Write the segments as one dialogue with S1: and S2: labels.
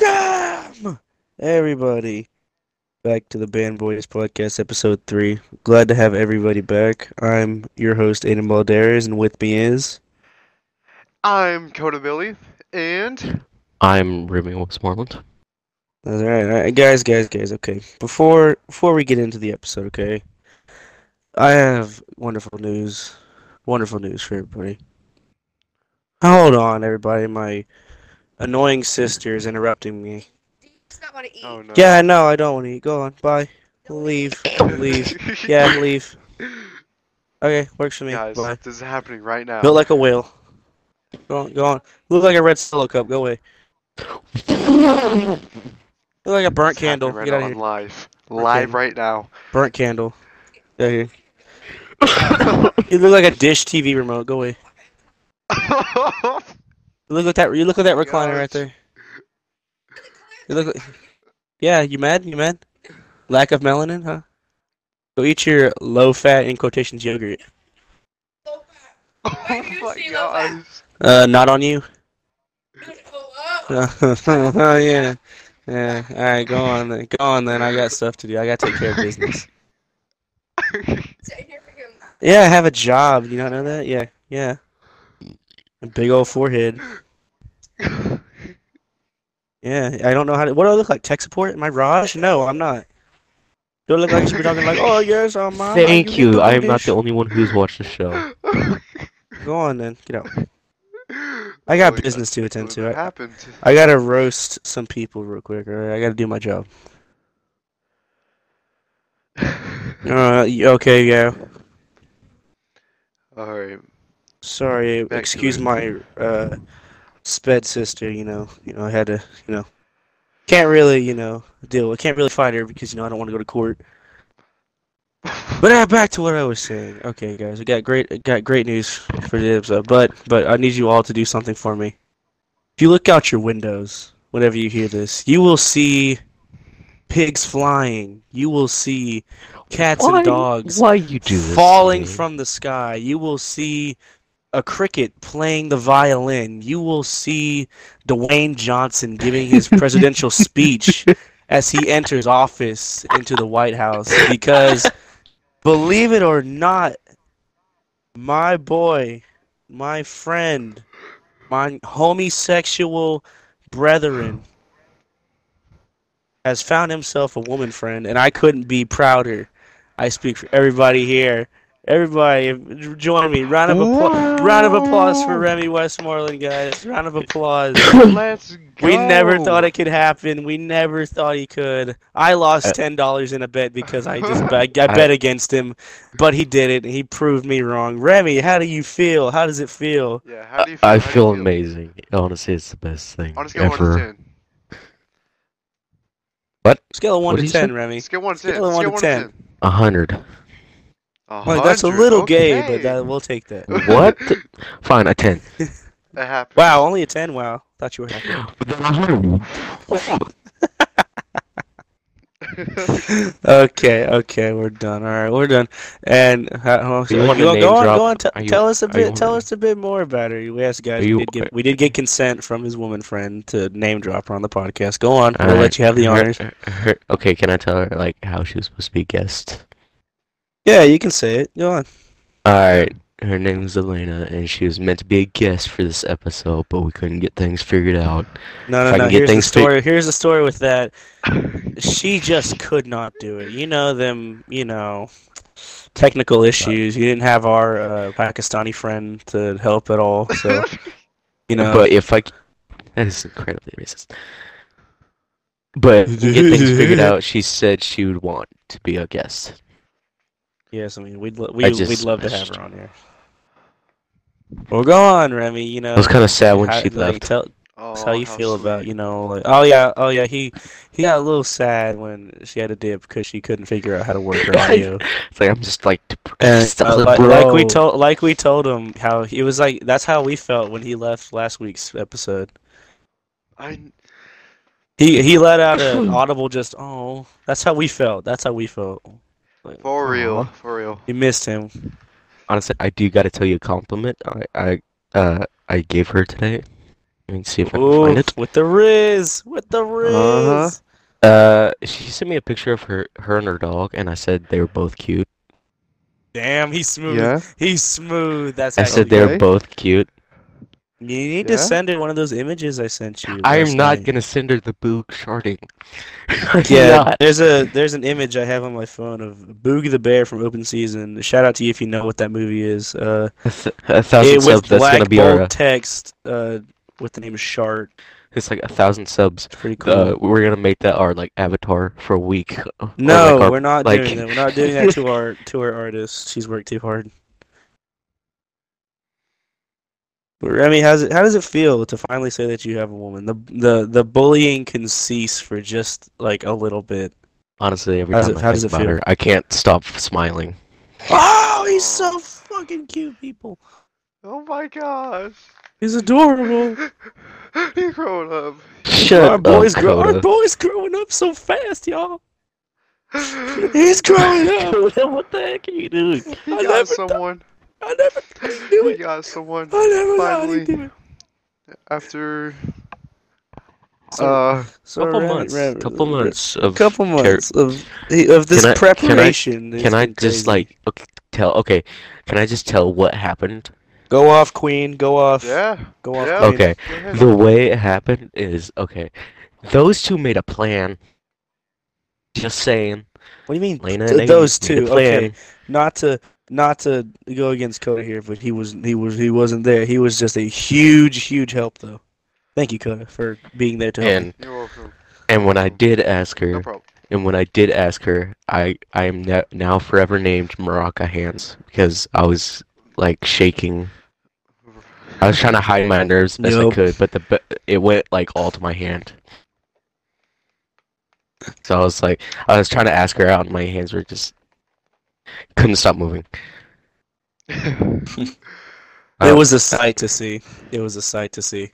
S1: Welcome, everybody, back to the Band Boys Podcast, Episode 3. Glad to have everybody back. I'm your host, Aiden Balderas, and with me is.
S2: I'm Coda Billy, and
S3: I'm Remy Westmoreland.
S1: All right, all right, guys, guys, guys. Okay, before before we get into the episode, okay, I have wonderful news, wonderful news for everybody. Hold on, everybody. My annoying sister is interrupting me.
S4: Does not want to eat.
S2: oh no,
S1: Yeah, no, I don't want to eat. Go on, bye. Leave, leave. Yeah, leave. Okay, works for me.
S2: guys,
S1: Bye.
S2: this is happening right now.
S1: Built like a whale. Go on, go on. Look like a red Solo cup. Go away. Look like a burnt
S2: It's happening
S1: candle.
S2: right
S1: Get
S2: now
S1: out of
S2: on
S1: here.
S2: live,
S1: Burnt
S2: live
S1: candle.
S2: right now.
S1: Burnt candle. Get out of here. You look like a dish TV remote. Go away. You look at that. You look at that recliner right
S2: Gosh.
S1: there. You look. Like, yeah, you mad? You mad? Lack of melanin, huh? Go eat your low-fat in quotations yogurt.
S4: Oh,
S2: oh
S4: did you
S2: my
S4: say that?
S2: gosh,
S1: Uh, not on you.
S4: oh,
S1: oh yeah, yeah. All right, go on then. Go on then. I got stuff to do. I got to take care of business.
S4: sitting here freaking-
S1: Yeah, I have a job. You not know that? Yeah, yeah. A big old forehead. Yeah, I don't know how to. What do I look like? Tech support? Am I Raj? No, I'm not. Do I look like I should be talking like, oh yes, I'm. I'm
S3: Thank you. I am not the
S1: English."
S3: only one who's watched the show.
S1: Go on then. Get out. I got
S2: Really,
S1: business to attend
S2: uh, what
S1: to. I,
S2: happened?
S1: I gotta roast some people real quick. All right, I gotta do my job. Uh, y- okay, yeah.
S2: All right,
S1: Sorry,
S2: to
S1: excuse
S2: it.
S1: my uh sped sister, you know. You know, I had to, you know, can't really, you know, deal. I can't really fight her because, you know, I don't want to go to court. But uh, back to what I was saying. Okay, guys, we got great got great news for the episode, but but I need you all to do something for me. If you look out your windows whenever you hear this, you will see pigs flying. You will see cats
S3: why,
S1: and dogs
S3: Why you do this? to
S1: falling
S3: me?
S1: from the sky. You will see a cricket playing the violin. You will see Dwayne Johnson giving his presidential speech as he enters office into the White House because believe it or not my boy, my friend, my homosexual brethren has found himself a woman friend, and I couldn't be prouder. I speak for everybody here. Everybody, join me. Round of applause. Round of applause for Remy Westmoreland, guys. Round of applause.
S2: let's go.
S1: We never thought it could happen. We never thought he could. I
S3: Uh,
S1: lost ten dollars in a bet because I just I, I bet against him, but he did it. and He proved me wrong. Remy, how do you feel? How does it feel?
S2: Yeah, how do you feel?
S3: I
S2: How do you
S3: feel amazing. Honestly, it's the best thing
S2: On a scale of one to
S3: ever.
S2: ten,
S1: Scale of one
S3: What
S1: to
S3: did you
S1: ten,
S3: say?
S1: Remy.
S2: scale one to
S1: Scale
S2: ten,
S1: of one
S2: scale
S1: to
S2: one to
S1: 10.
S2: ten.
S3: A hundred.
S2: A
S1: Well, that's a
S2: hundred,
S1: little gay,
S2: okay.
S1: but that, we'll take that.
S3: What? Fine, a ten.
S2: That happened.
S1: Wow, only a ten. Wow, thought you were happy.
S3: But then a hundred.
S1: okay, okay, we're done. All right, we're done. And how,
S3: you
S1: you
S3: want to
S1: go,
S3: name
S1: go on,
S3: drop?
S1: go on. T-
S3: Are you-
S1: tell us a
S3: are you
S1: bit. Tell
S3: wanna-
S1: us a bit more about her. Yes, guys,
S3: Are you-
S1: we did get we did get consent from his woman friend to name drop her on the podcast. Go on, we'll
S3: Alright,
S1: let you have the
S3: her-
S1: honors.
S3: her- her- okay, can I tell her like how she was supposed to be guest?
S1: Yeah, you can say it. Go on.
S3: Alright, her name is Elena, and she was meant to be a guest for this episode, but we couldn't get things figured out.
S1: No,
S3: If
S1: no,
S3: I
S1: no.
S3: can get
S1: Here's the
S3: things fi-
S1: story. Here's the story with that. She just could not do it. You know them. You know, technical issues. You didn't have our uh, Pakistani friend to help at all. So, you know.
S3: But if I, c- that is incredibly racist. But to get things figured out, she said she would want to be a guest.
S1: Yes, I mean we'd lo- we,
S3: I
S1: we'd
S3: just
S1: love to have
S3: missed.
S1: her on here. Well, go on, Remy. You know,
S3: I was kind of sad when
S1: how,
S3: she
S1: like,
S3: left.
S1: tell
S2: Oh,
S1: us how you feel about
S2: sweet.
S1: you know, like oh yeah, oh yeah. He he got a little sad when she had a dip because she couldn't figure out how to work her audio.
S3: It's like I'm just like,
S1: And
S3: depressed. I was
S1: uh,
S3: like,
S1: like, like we
S3: "Bro."
S1: told like we told him how he it was like that's how we felt when he left last week's episode.
S2: I
S1: He he let out an audible just oh that's how we felt. That's how we felt. Like,
S2: for real,
S3: Aw.
S2: for real.
S1: You missed him.
S3: honestly, I do got to tell you a compliment. I I uh I gave her today. Let me see if I can
S1: Ooh,
S3: find it.
S1: with the Riz, with the Riz.
S3: Uh-huh. Uh, she sent me a picture of her, her and her dog, and I said they were both cute.
S1: Damn, he's smooth.
S2: Yeah.
S1: He's smooth. That's
S3: I said they
S2: Okay.
S3: were both cute.
S1: You need
S2: Yeah.
S1: to send her one of those images I sent you.
S3: I
S1: last
S3: am not
S1: night.
S3: gonna send her the boog sharding. I'm
S1: Yeah,
S3: not.
S1: there's a there's an image I have on my phone of Boog the Bear from Open Season. Shout out to you if you know what that movie is. Uh,
S3: A, th- a thousand
S1: it with
S3: subs. That's
S1: black
S3: gonna be
S1: bold
S3: our. uh,
S1: text uh, with the name of Shart.
S3: It's like a thousand subs.
S1: It's pretty cool.
S3: Uh, we're gonna make that our like avatar for a week. Or, like,
S1: no,
S3: our-
S1: we're not
S3: like-
S1: doing that. We're not doing that to our to our artist. She's worked too hard. But Remy, how's it, how does it feel to finally say that you have a woman? The the the bullying can cease for just like a little bit.
S3: honestly every
S1: How does
S3: time
S1: it-
S3: I
S1: how
S3: think
S1: does it
S3: about
S1: feel?
S3: her, I can't stop smiling.
S1: Oh, he's so fucking cute, people.
S2: Oh my gosh.
S1: He's adorable.
S2: he growing up.
S3: Shut
S1: our
S3: up,
S1: boy's grow- our
S3: Coda.
S1: boy's growing up so fast, y'all.
S2: he
S1: He's growing up.
S3: what the heck are you doing?
S1: I
S2: got
S1: never
S2: someone.
S1: I never thought he'd do
S2: He
S1: it.
S2: got someone
S1: I never thought
S2: finally
S1: he'd do it.
S2: after
S1: So,
S2: uh
S1: so
S3: Couple
S1: Remy-
S3: months.
S1: Remy-
S3: couple months of.
S1: couple
S3: char-
S1: months of of this
S3: Can I- can I-
S1: preparation. has
S3: Can I
S1: been crazy.
S3: just like okay, tell? Okay, can I just tell what happened?
S1: go off, Queen? Go off.
S2: yeah.
S1: Go off.
S2: yeah.
S1: Queen.
S3: Okay.
S2: go ahead.
S3: The way it happened is okay. Those two made a plan. Just saying,
S1: What do you mean?
S3: Lena
S1: Th-
S3: and Amy
S1: those
S3: made a
S1: two.
S3: plan.
S1: Okay. Not to not to go against Coda here, but he was he was he wasn't there. He was just a huge huge help though. Thank you, Coda, for being there to help. me.
S3: and
S2: You're welcome.
S3: and when I did ask her,
S2: No problem.
S3: and when I did ask her, I I am na- now forever named Maraca Hands because I was like shaking. I was trying to hide my nerves best
S1: Yup.
S3: I could, but the be- it went like all to my hand. So I was like, I was trying to ask her out, and my hands were just couldn't stop moving.
S1: It
S3: Uh,
S1: was a sight to see. It was a sight to see.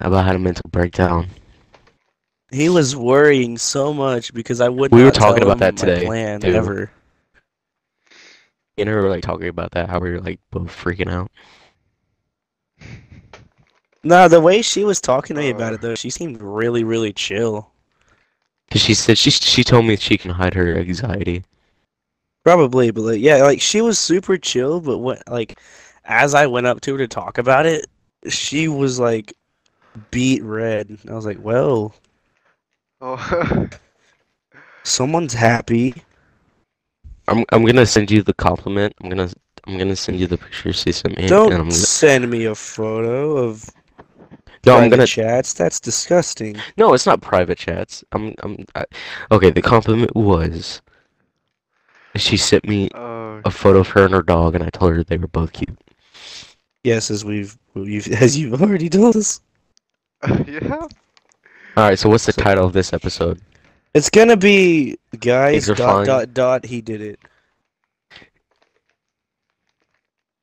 S3: I about had a mental breakdown.
S1: He was worrying so much because I would
S3: We were
S1: not tell
S3: talking about
S1: him
S3: that
S1: my
S3: today,
S1: plan
S3: too.
S1: ever.
S3: Me and her were like talking about that, how we were like both freaking out.
S1: No, the way she was talking to me about
S2: Uh.
S1: it though, she seemed really, really chill.
S3: 'Cause she said she she told me she can hide her anxiety.
S1: Probably, but like, yeah, like she was super chill, but when like as I went up to her to talk about it, she was like beat red. I was like, well,
S2: oh.
S1: someone's happy.
S3: I'm I'm gonna send you the compliment. I'm gonna I'm gonna send you the picture she sent me. and I'm
S1: Don't
S3: gonna,
S1: send me a photo of
S3: no, I'm
S1: private
S3: gonna
S1: chats. That's disgusting.
S3: no. It's not private chats. I'm I'm I, okay. The compliment was she sent me
S2: Oh.
S3: a photo of her and her dog, and I told her they were both cute.
S1: Yes, as we've, you've, as you've already told us.
S2: yeah.
S3: All right. So what's the title of this episode?
S1: It's gonna be guys
S3: Things are
S1: dot
S3: fine.
S1: dot dot he did it.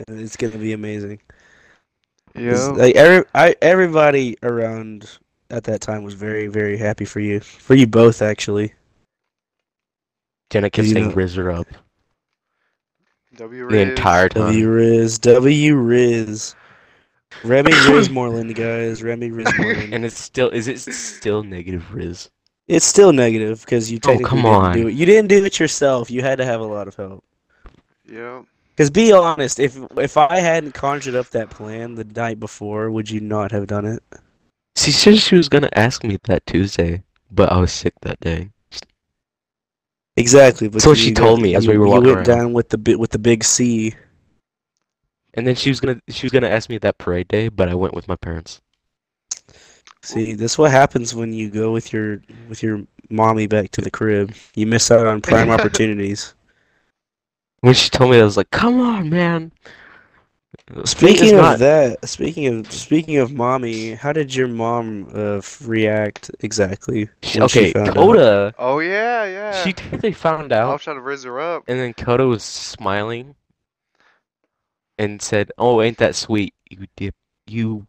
S1: And it's gonna be amazing. 'Cause,
S2: Yeah.
S1: Like every, I, everybody around at that time was very very happy for you, for you both actually.
S3: Jenna kept
S1: You
S3: saying
S1: know-
S3: "Rizz her up"
S2: W
S3: the entire time.
S1: W Riz, W Riz, Remy Riz Moreland guys, Remy Riz Moreland.
S3: And it's still is it still negative Riz?
S1: It's still negative because you
S3: Oh,
S1: technically
S3: come
S1: didn't
S3: on.
S1: do it. You didn't do it yourself. You had to have a lot of help.
S2: Yeah.
S1: Because be honest, if if I hadn't conjured up that plan the night before, would you not have done it?
S3: She said she was gonna ask me that Tuesday, but I was sick that day.
S1: Exactly. But
S3: That's what she told me as we were walking
S1: You went
S3: around.
S1: down with the bi- with the big C.
S3: And then she was gonna she was gonna ask me that parade day, but I went with my parents.
S1: See, that's what happens when you go with your with your mommy back to the crib. You miss out on prime opportunities.
S3: When she told me that, I was like, "Come on, man." Speaking
S1: Speaking
S3: is
S1: of
S3: not,
S1: that, speaking of speaking of mommy, how did your mom uh, f- react exactly?
S3: she-
S1: when she
S3: okay,
S1: found out?
S3: Coda,
S2: Oh yeah, yeah. Oh.
S3: she technically found
S2: I was
S3: out,
S2: trying to raise her up.
S3: and then Coda was smiling and said, "Oh, ain't that sweet, you dip, you."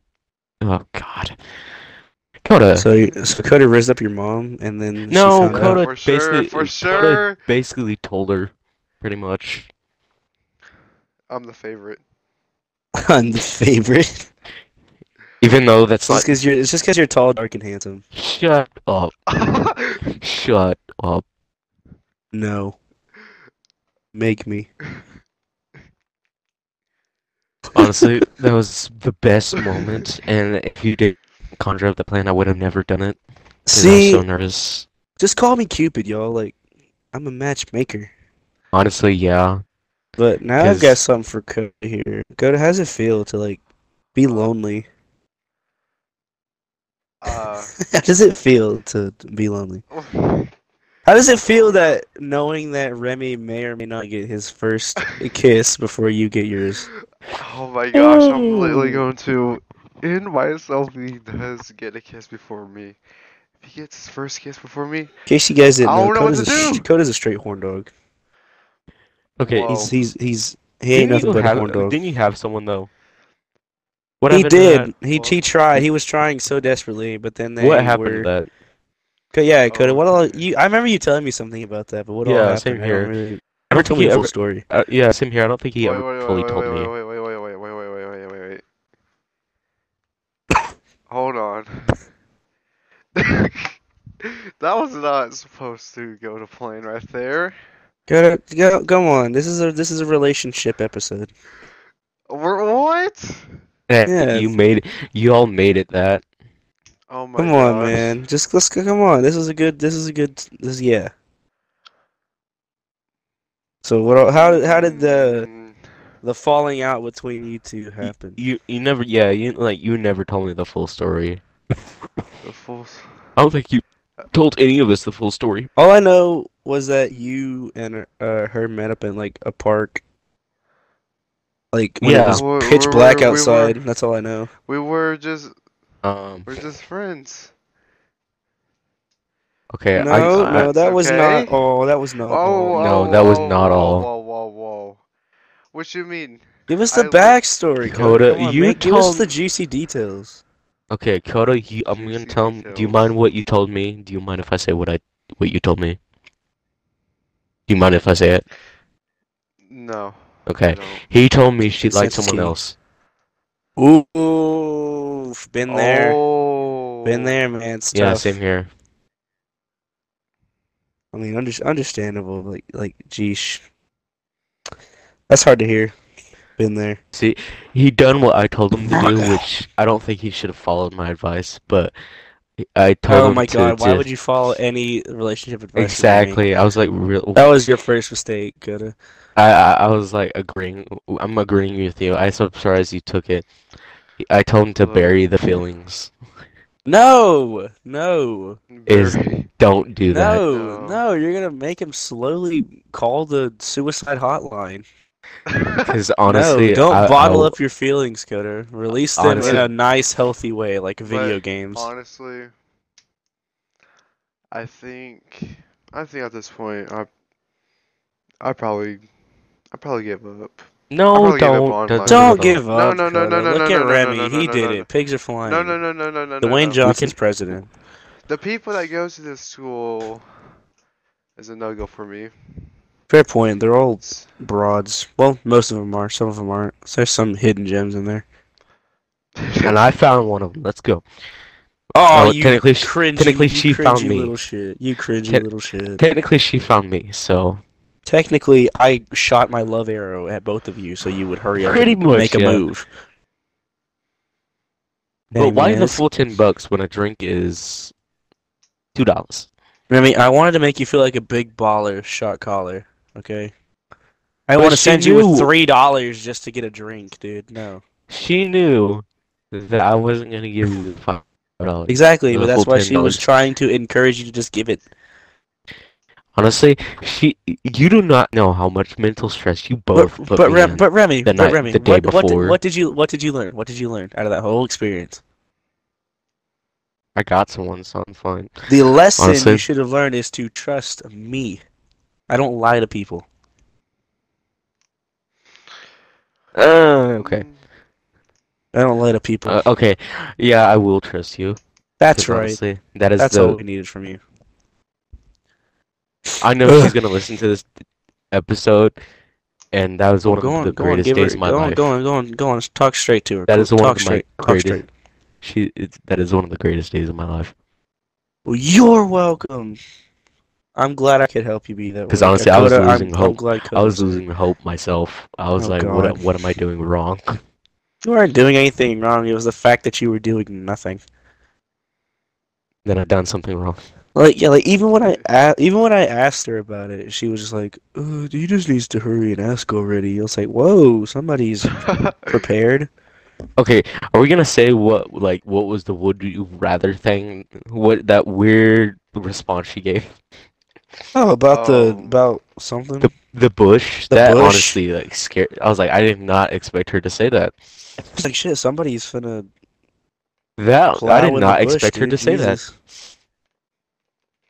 S3: Oh God, Coda.
S1: So, you- so Coda rizzed up your mom, and then she
S3: No,
S1: found out?
S3: Coda
S2: For sure,
S3: basically
S2: for
S3: Coda
S2: sure.
S3: basically told her pretty much.
S2: I'm the favorite.
S1: on the favorite.
S3: Even though that's
S1: just
S3: like
S1: because you're, it's just 'cause you're tall, dark, and handsome.
S3: shut up,
S2: Uh,
S3: shut up.
S1: No. Make me.
S3: Honestly, that was the best moment, and if you did conjure up the plan, I would have never done it. 'cause I was
S1: See,
S3: so nervous.
S1: just call me Cupid, y'all. Like, I'm a matchmaker.
S3: Honestly, yeah.
S1: But now I've got
S3: Because-
S1: something for Coda here. Coda, how's it feel to like be lonely?
S2: uh,
S1: How does it feel to be lonely? How does it feel that knowing that Remy may or may not get his first kiss before you get yours?
S2: oh my gosh, I'm literally
S1: Ooh.
S2: going to in myself he does get a kiss before me. If he gets his first kiss before me,
S1: In case you guys didn't
S2: I
S1: know,
S2: don't know what
S1: Coda's a,
S2: to
S1: sh-
S2: do.
S1: Coda's a straight horn dog.
S3: Okay,
S2: Whoa.
S1: He's he's he's he ain't
S3: Oh.
S1: nothing
S3: didn't you
S1: but a
S3: have,
S1: horn dog.
S3: Didn't you have someone though? What
S1: He
S3: happened to
S1: did. He
S2: Well-
S1: he tried. He was trying so desperately, but then
S3: that-
S1: they
S3: Oh. What happened
S1: were-
S3: to that?
S1: Co- Yeah, Coda.
S2: Oh.
S1: What all you? I remember you telling me something about that, but what all
S3: Yeah,
S1: happened?
S3: same
S1: I don't
S3: here.
S1: really-
S3: I
S1: never
S3: don't
S1: told
S3: think
S1: me
S3: he
S1: the full
S3: ever.
S1: story.
S3: Uh, yeah, same here. I don't think he
S2: wait,
S3: ever
S2: wait,
S3: fully
S2: wait,
S3: told me.
S2: wait, wait, wait, wait, wait, wait, wait, wait, wait, wait, wait, wait, wait. Hold on. that was not supposed to go to plan right there.
S1: Go, go, go on. This is a this is a relationship episode.
S2: We're what?
S3: Eh,
S1: Yeah.
S3: You made it. You all made it that.
S2: Oh my
S1: Come on,
S2: gosh.
S1: man. Just let's go. Come on. This is a good. This is a good. This yeah. So what? all- How how did the
S2: Mm,
S1: the falling out between you two happen?
S3: You you never yeah you like you never told me the full story.
S2: the full s-
S3: I don't think you told any of us the full story.
S1: All I know was that you and uh, her met up in like a park. Like when
S3: Yeah.
S1: it was
S2: We- we
S1: pitch
S2: were-
S1: black
S2: we were-
S1: outside. That's all I know.
S2: We were just
S3: Um.
S2: we're just friends.
S3: Okay. I,
S1: no,
S3: I,
S1: no, that was not
S2: okay.
S1: all. That was not all.
S2: Oh,
S3: no,
S2: oh,
S3: that was
S2: oh,
S3: not
S2: whoa,
S3: all.
S2: Whoa, whoa, whoa. What you mean?
S1: Give us
S2: I
S1: the
S2: li-
S1: backstory, Coda.
S3: Coda,
S1: Come on,
S3: you
S1: man. Give us
S3: told-
S1: the juicy details.
S3: Okay, Koda, you, I'm gonna
S2: Juicy
S3: tell him. Do you
S2: details.
S3: mind what you told me? Do you mind if I say what I what you told me? Do you mind if I say it?
S2: No.
S3: Okay.
S2: I don't.
S3: He told me she liked
S1: Consent's
S3: someone
S1: key.
S3: else.
S1: Ooh, been there,
S2: Oh.
S1: been there, man. It's
S3: Yeah,
S1: tough.
S3: same here.
S1: I mean, under- understandable. Like, like, geesh, that's hard to hear. Been there.
S3: See, he done what I told him to do, which I don't think he should have followed my advice, but I told
S1: Oh
S3: him
S1: my
S3: to,
S1: god, why
S3: to-
S1: would you follow any relationship advice? you gave me? Oh.
S3: exactly. I was like, real.
S1: That was your first mistake, Coda.
S3: I, I I was like agreeing. I'm agreeing with you. I'm so surprised you took it. I told him to
S2: Look.
S3: bury the feelings.
S1: No, no,
S3: Is-
S2: Very-
S3: Don't do that.
S1: no,
S2: No.
S1: no. You're gonna make him slowly call the suicide hotline.
S3: Because honestly,
S1: no, don't
S3: I-
S1: bottle
S3: I'll-
S1: up your feelings, Coder. Release them in
S3: Honestly-
S1: a nice, healthy way, like video
S2: But
S1: games.
S2: Honestly, I think I think at this point I I probably I probably give up. I'll
S3: No,
S2: probably give up
S3: don't.
S2: on
S3: don't
S2: mine.
S1: Don't
S3: give
S1: give
S2: No,
S1: up.
S2: no, no, no,
S1: Coder.
S2: no,
S1: Look
S2: no,
S1: at
S2: no, no,
S1: Remy.
S2: no, no,
S1: he
S2: no,
S1: did
S2: no.
S1: it. Pigs are flying.
S2: No, no, no, no, no, no, no.
S1: Dwayne
S2: no.
S1: Johnson's president.
S2: The people that go to this school is a no go for me.
S1: Fair point. They're all
S2: It's-
S1: broads. Well, most of them are. Some of them aren't. There's some hidden gems in there.
S3: up. And I found one of them. Let's go.
S1: Oh,
S3: Well,
S1: you
S3: technically, sh-
S1: cringy,
S3: technically
S1: you
S3: she
S1: cringy
S3: found me.
S1: little shit. You cringy
S3: Te-
S1: little shit.
S3: technically she found me. So
S1: Technically, I shot my love arrow at both of you, so you would hurry up
S3: Pretty
S1: and
S3: much,
S1: make a
S3: yeah.
S1: move.
S3: But why the
S1: Anyways.
S3: full ten bucks when a drink is two dollars?
S1: Remy, I wanted to make you feel like a big baller shot caller, okay? I
S3: But
S1: want to
S3: she
S1: send you
S3: knew-
S1: with three dollars just to get a drink, dude. No,
S3: She knew that I wasn't gonna give you the five dollars.
S1: exactly,
S3: The
S1: but that's
S3: full
S1: why she was
S3: $10.
S1: trying to encourage you to just give it.
S3: Honestly, she you do not know how much mental stress you both
S1: But
S3: put
S1: but,
S3: me
S1: Rem,
S3: in.
S1: but Remy,
S3: the
S1: but
S3: night-
S1: Remy,
S3: the day
S1: what, what, did,
S3: before.
S1: what did you what did you learn? What did you learn out of that whole experience?
S3: I got someone, so I'm fine.
S1: The lesson
S3: Honestly-
S1: you should have learned is to trust me. I don't lie to people.
S3: Uh, okay.
S2: Mm,
S1: I don't lie to people.
S3: Uh, okay. Yeah, I will trust you. 'cause
S1: that's right.
S3: Honestly, that is
S1: That's
S3: the
S1: all we needed from you.
S3: I know she's gonna listen to this episode, and that was one
S1: Go
S3: of
S1: on,
S3: the
S1: go on,
S3: greatest
S1: give her,
S3: days of my
S1: go on,
S3: life.
S1: go on, go on, go on. Talk straight to her.
S3: That
S1: Go-
S3: is one
S1: talk
S3: of my
S1: straight. Talk
S3: greatest.
S1: straight.
S3: She it's, that is one of the greatest days of my life.
S1: Well, you're welcome. I'm glad I could help you be that.
S3: 'Cause
S1: way.
S3: honestly, I was
S1: Dakota, I'm-
S3: losing
S1: I'm
S3: hope.
S1: glad
S3: I was
S1: Cody's-
S3: losing hope myself. I was
S1: Oh,
S3: like, what
S1: God.
S3: what am I doing wrong?
S1: You weren't doing anything wrong. It was the fact that you were doing nothing.
S3: then I've done something wrong.
S1: Like yeah, like even when I a- even when I asked her about it, she was just like, uh, "You just needs to hurry and ask already." I was like, "Whoa, somebody's prepared."
S3: Okay, are we gonna say what like what was the would you rather thing? What that weird response she gave?
S1: Oh, about the
S2: Oh.
S1: about something.
S3: The bush?
S1: The
S3: that
S1: bush?
S3: honestly like scared. I was like, I did not expect her to say that.
S1: It's like shit. Somebody's finna.
S3: That
S1: Plow
S3: Oh, I did
S1: in the
S3: not
S1: bush,
S3: expect her
S1: dude,
S3: to say that.
S1: Jesus.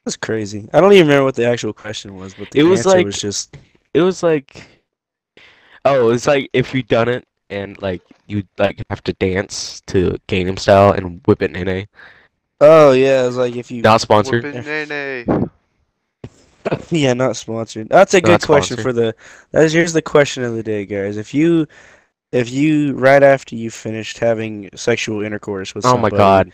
S1: That's crazy. I don't even remember what the actual question was, but the
S3: It was
S1: answer
S3: like-
S1: was just
S3: It was like, oh, it's like if you done it and like you like have to dance to Gangnam Style and Whip It Nene.
S1: oh yeah, it was like if you
S3: Not sponsored.
S2: Whoopin' nay-nay.
S1: yeah not sponsored. That's a
S3: Not
S1: good question
S3: sponsored.
S1: for the that is here's the question of the day, guys. If you if you right after you finished having sexual intercourse with
S3: Oh my
S1: somebody,
S3: God!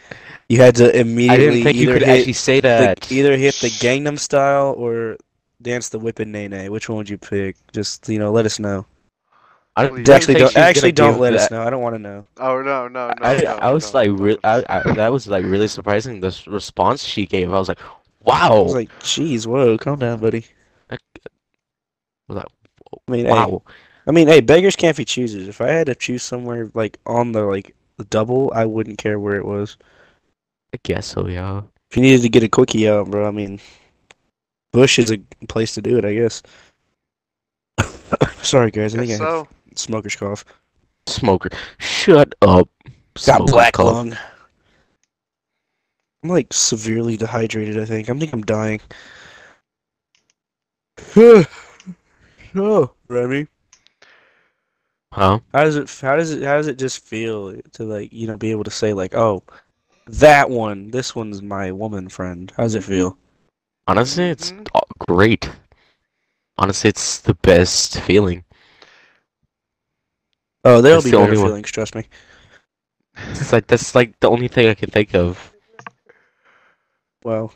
S1: you had to
S3: I
S1: immediately
S3: didn't think you
S1: either
S3: could
S1: hit
S3: actually say
S1: the-
S3: that.
S1: either hit the Gangnam Style or dance the Whippin' Nene. Which one would you pick? Just you know, let us know.
S3: I don't-
S2: You
S3: didn't
S1: actually
S3: think
S1: don't
S3: she was
S1: actually
S3: gonna
S1: don't
S3: give
S1: let us
S3: that-
S1: know. I don't want to know.
S2: Oh no no no!
S3: I,
S2: no,
S3: I was
S2: no,
S3: like
S2: no.
S3: really, I, I, that was like really surprising. This response she gave, I was like, wow.
S1: I was like, "Jeez, whoa, calm down, buddy."
S3: I was like,
S1: I mean, hey,
S3: wow.
S1: I mean, hey, beggars can't be choosers. If I had to choose somewhere like on the like the double, I wouldn't care where it was.
S3: I guess so, yeah.
S1: If you needed to get a quickie out, bro, I mean, Bush is a place to do it, I guess. Sorry, guys. I think
S2: Guess
S1: I
S2: so.
S1: had smoker's cough.
S3: Smoker, shut up.
S1: Got
S3: Smoker
S1: black
S3: call.
S1: lung. I'm like severely dehydrated. I think. I think I'm dying. oh, Remy.
S3: Huh?
S1: How does it? How does it? How does it just feel to like you know be able to say like, oh, that one, this one's my woman friend. How does
S3: Mm-hmm.
S1: it feel?
S3: Honestly, it's
S1: Mm-hmm.
S2: Mhm.
S3: uh, great. Honestly, it's the best feeling.
S1: Oh, there'll
S3: It's
S1: be
S3: the
S1: better
S3: only one.
S1: feelings. Trust me.
S3: It's like that's like the only thing I can think of.
S1: Well,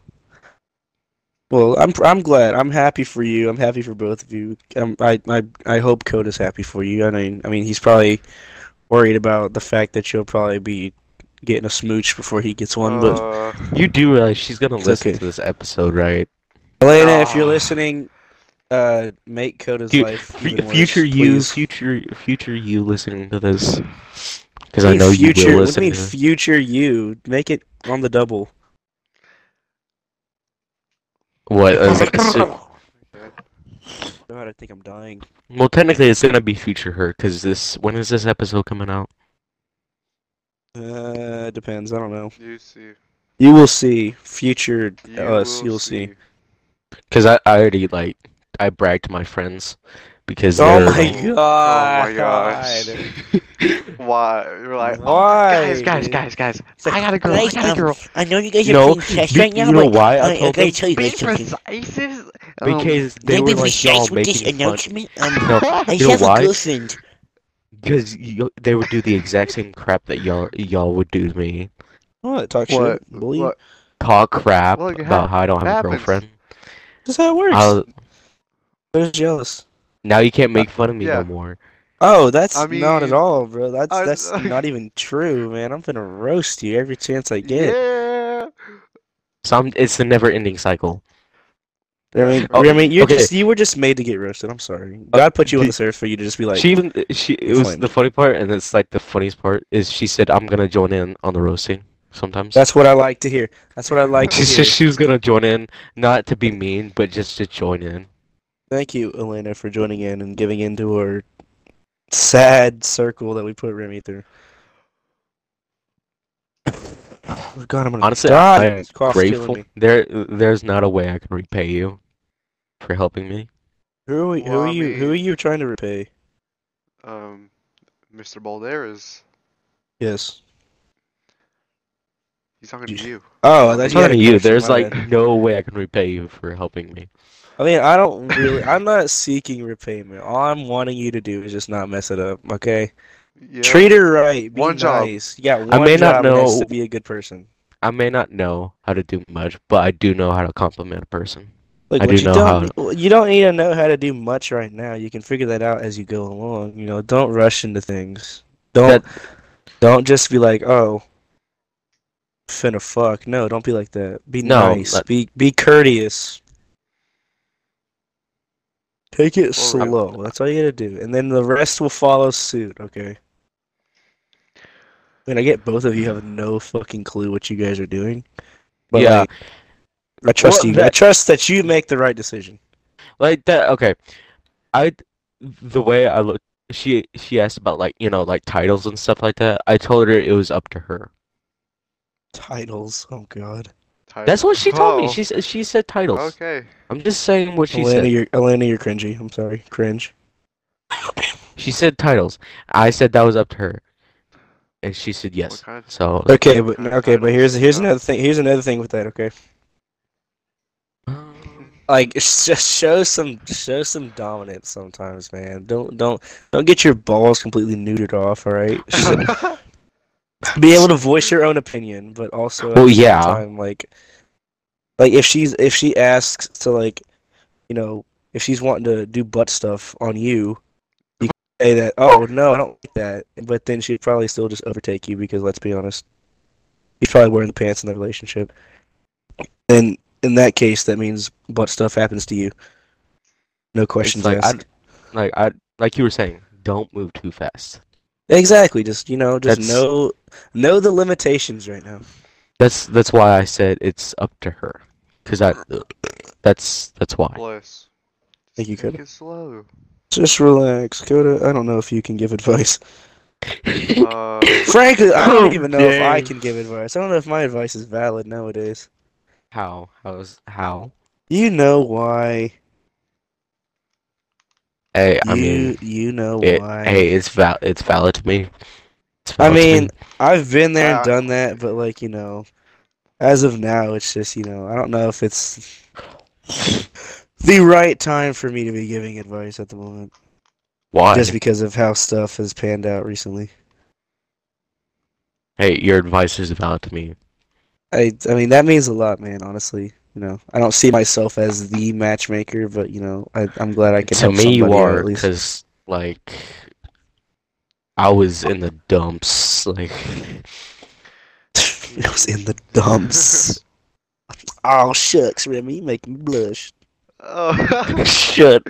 S1: well, I'm I'm glad. I'm happy for you. I'm happy for both of you. Um, I I I hope Coda's happy for you. I mean, I mean, he's probably worried about the fact that you'll probably be getting a smooch before he gets one. But
S2: Uh,
S3: You do realize she's gonna
S1: It's
S3: listen
S1: okay.
S3: to this episode, right?
S1: Elena, if you're
S2: Aw.
S1: listening, uh, make Coda's
S3: Dude,
S1: life
S3: F-
S1: even worse,
S3: future you,
S1: please.
S3: future future you, listening to this,
S1: What
S3: because I
S1: do you
S3: know
S1: mean
S3: you
S1: future,
S3: will
S1: what do
S3: listen.
S1: you
S3: to
S1: mean
S3: this.
S1: future you make it on the double.
S3: What? uh, like, as soon-
S1: God, I think I'm dying.
S3: well, technically, it's gonna be future her because this. When is this episode coming out?
S1: Uh, depends. I don't know.
S2: you see.
S1: You will see future
S2: You
S3: Uh,
S1: us.
S2: will
S1: You'll see.
S3: Because I, I already like I bragged to my friends because
S1: Oh
S3: they're
S1: my
S3: like,
S1: god!
S2: Oh my gosh. Why? You're like,
S1: Why?
S2: guys, guys,
S1: dude?
S2: guys, guys.
S1: It's like,
S2: I got a girl. I
S1: guys,
S2: got a
S1: um,
S2: girl.
S1: I know you guys
S3: You know,
S1: playing chess
S3: you, you know
S1: but
S3: why
S1: I-
S3: I
S1: I
S3: told
S1: gotta
S3: them?
S1: tell you
S2: Be
S1: guys something.
S2: precise. is- um,
S3: Because they
S1: Don't
S3: were
S1: be
S3: like
S1: precise
S3: y'all
S1: with this
S3: making fun.
S1: announcement. Um,
S3: No,
S1: I
S3: you know
S1: have a
S3: why?
S1: girlfriend.
S3: Because you, they would do the exact same crap that y'all y'all would do to me.
S1: What? Talk
S2: What?
S1: shit. Bully.
S2: What?
S3: Talk crap
S2: Look, it
S3: about how I don't have
S2: happens.
S3: a girlfriend.
S1: That's how it works.
S3: I'll,
S1: They're just jealous.
S3: now you
S1: Uh,
S3: can't make fun of me
S2: yeah.
S3: no more.
S1: Oh, that's
S2: I
S1: not at
S2: mean,
S1: all, bro. That's
S2: I-
S1: that's not even true, man. I'm gonna roast you every chance I get.
S2: Yeah.
S3: So I'm, it's a never-ending cycle.
S1: I mean,
S3: Oh,
S1: I mean, you're
S3: okay. Uh,
S1: just you were just made to get roasted. I'm sorry. God put you on
S3: the-
S1: this earth for you to just be like,
S3: she even she it was
S1: Flame.
S3: the funny part, and it's like the funniest part is she said I'm gonna join in on the roasting sometimes.
S1: that's what I like to hear. That's what I like to
S3: She
S1: hear.
S3: said she was gonna join in, not to be mean, but just to join in.
S1: Thank you, Elena, for joining in and giving into our sad circle that we put Remy through. Oh, God, I'm gonna
S3: Honestly,
S1: die.
S3: I'm
S1: This cough's killing
S3: grateful.
S1: me.
S3: There, there's not a way I can repay you for helping me.
S1: Who are, we- who are
S2: Well, I
S1: you? Who are
S2: mean-
S1: you trying to repay?
S2: Um, Mr. Balderas.
S1: Yes.
S2: He's talking to
S1: You-
S2: you.
S1: Oh, I thought
S3: I'm
S1: you had a
S3: telling you,
S1: question,
S3: there's
S1: my
S3: like
S1: bad.
S3: no way I can repay you for helping me.
S1: I mean, I don't really. I'm not seeking repayment. All I'm wanting you to do is just not mess it up, okay?
S2: Yeah.
S1: Treat her right. Be
S2: One job.
S1: nice. Yeah, one
S3: I may not
S1: job and that's
S3: know-
S1: to be a good person.
S3: I may not know how to do much, but I do know how to compliment a person.
S1: Like
S3: I
S1: what
S3: do
S1: you
S3: know
S1: don't you don't need to know how to do much right now. You can figure that out as you go along. You know, don't rush into things. Don't
S3: That-
S1: don't just be like, oh, finna fuck. No, don't be like that. Be
S3: No,
S1: nice.
S3: but-
S1: Be be courteous. Take
S3: um,
S1: it
S2: Alright.
S1: slow. That's all you gotta do, and then the rest will follow suit. Okay. I mean, I get both of you have no fucking clue what you guys are doing. But
S3: Yeah.
S1: like, I trust
S3: Well,
S1: you. I
S3: that-
S1: trust that you make the right decision.
S3: Like that. Okay, I the way I look. She she asked about like you know like titles and stuff like that. I told her it was up to her.
S1: Titles. Oh God.
S3: That's what she told
S2: Oh,
S3: me. She s- she said titles.
S2: Okay.
S3: I'm just saying what she
S1: Elena,
S3: said.
S1: you're Elena, you're cringy. I'm sorry, cringe.
S3: She said titles. I said that was up to her, and she said
S2: What
S3: yes.
S2: kind of-
S3: So
S1: Okay, but
S2: kind of
S1: okay, but
S2: titles?
S1: here's here's
S2: Yeah.
S1: another thing. Here's another thing with that. Okay,
S3: um,
S1: like it's just show some show some dominance sometimes, man. Don't don't don't get your balls completely neutered off. All right, Just be able to voice your own opinion, but also at
S3: Well,
S1: the same
S3: yeah.
S1: time, like like if she's if she asks to like you know if she's wanting to do butt stuff on you. you can Say that. Oh no, I don't like that. But then she'd probably still just overtake you because let's be honest, he's probably wearing the pants in the relationship. And in that case, that means butt stuff happens to you. No questions
S3: it's like I,
S1: asked.
S3: like I like you were saying. Don't move too fast.
S1: Exactly. Just you know, just
S3: That's-
S1: know know the limitations right now.
S3: That's that's why I said it's up to her, cause I, that's that's why.
S2: Bless.
S1: Think you could.
S2: Take it slow.
S1: Just relax, Coda. I don't know if you can give advice.
S2: Uh,
S1: Frankly, I don't
S3: Oh,
S1: even know if I
S3: dang.
S1: can give advice. I don't know if my advice is valid nowadays.
S3: How how's how?
S1: You know why.
S3: Hey, I
S1: you
S3: mean,
S1: you know
S3: it,
S1: why.
S3: hey, it's val it's valid to me. It's
S1: I
S3: valid to me.
S1: mean, I've been there
S2: Ah.
S1: and done that, but like, you know, as of now, it's just, you know, I don't know if it's the right time for me to be giving advice at the moment,
S3: why?
S1: just because of how stuff has panned out recently.
S3: hey, your advice is valid to me.
S1: I I mean that means a lot, man. Honestly, you know, I don't see myself as the matchmaker, but you know, I, I'm glad I can
S3: to
S1: help
S3: me, you
S1: somebody out
S3: are,
S1: at least.
S3: cause like I was in the dumps. Like
S1: it was in the dumps. oh shucks, Remy, you make me blush,
S2: oh.
S3: shut.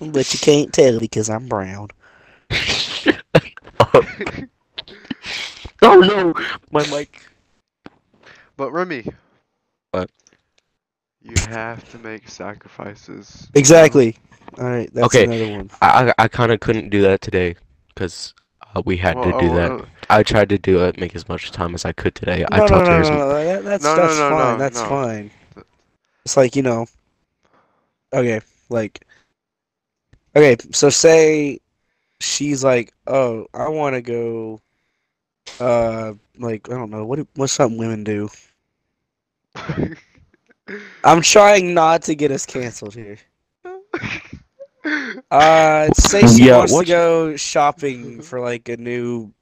S1: but you can't tell because I'm brown.
S3: up. oh no, my mic.
S2: but Remy.
S3: What?
S2: You have to make sacrifices. you know?
S1: Exactly. All right, that's
S3: Okay.
S1: another one.
S3: I I, I kind of couldn't do that today because uh, we had
S2: Well,
S3: to do
S2: oh,
S3: that.
S2: oh,
S3: I tried to do it, make as much time as I could today. I
S1: no, no,
S3: talked to
S1: no,
S3: her.
S1: no,
S3: some-
S1: no, that, that's
S2: No, no,
S1: that's
S2: no,
S1: fine.
S2: no,
S1: that's
S2: no.
S1: fine. It's like you know. Okay, like. Okay, so say, she's like, "Oh, I want to go." Uh, like I don't know what do- what's some women do. I'm trying not to get us canceled here. Uh, say she
S3: Yeah,
S1: wants to
S3: what-
S1: go shopping for like a new,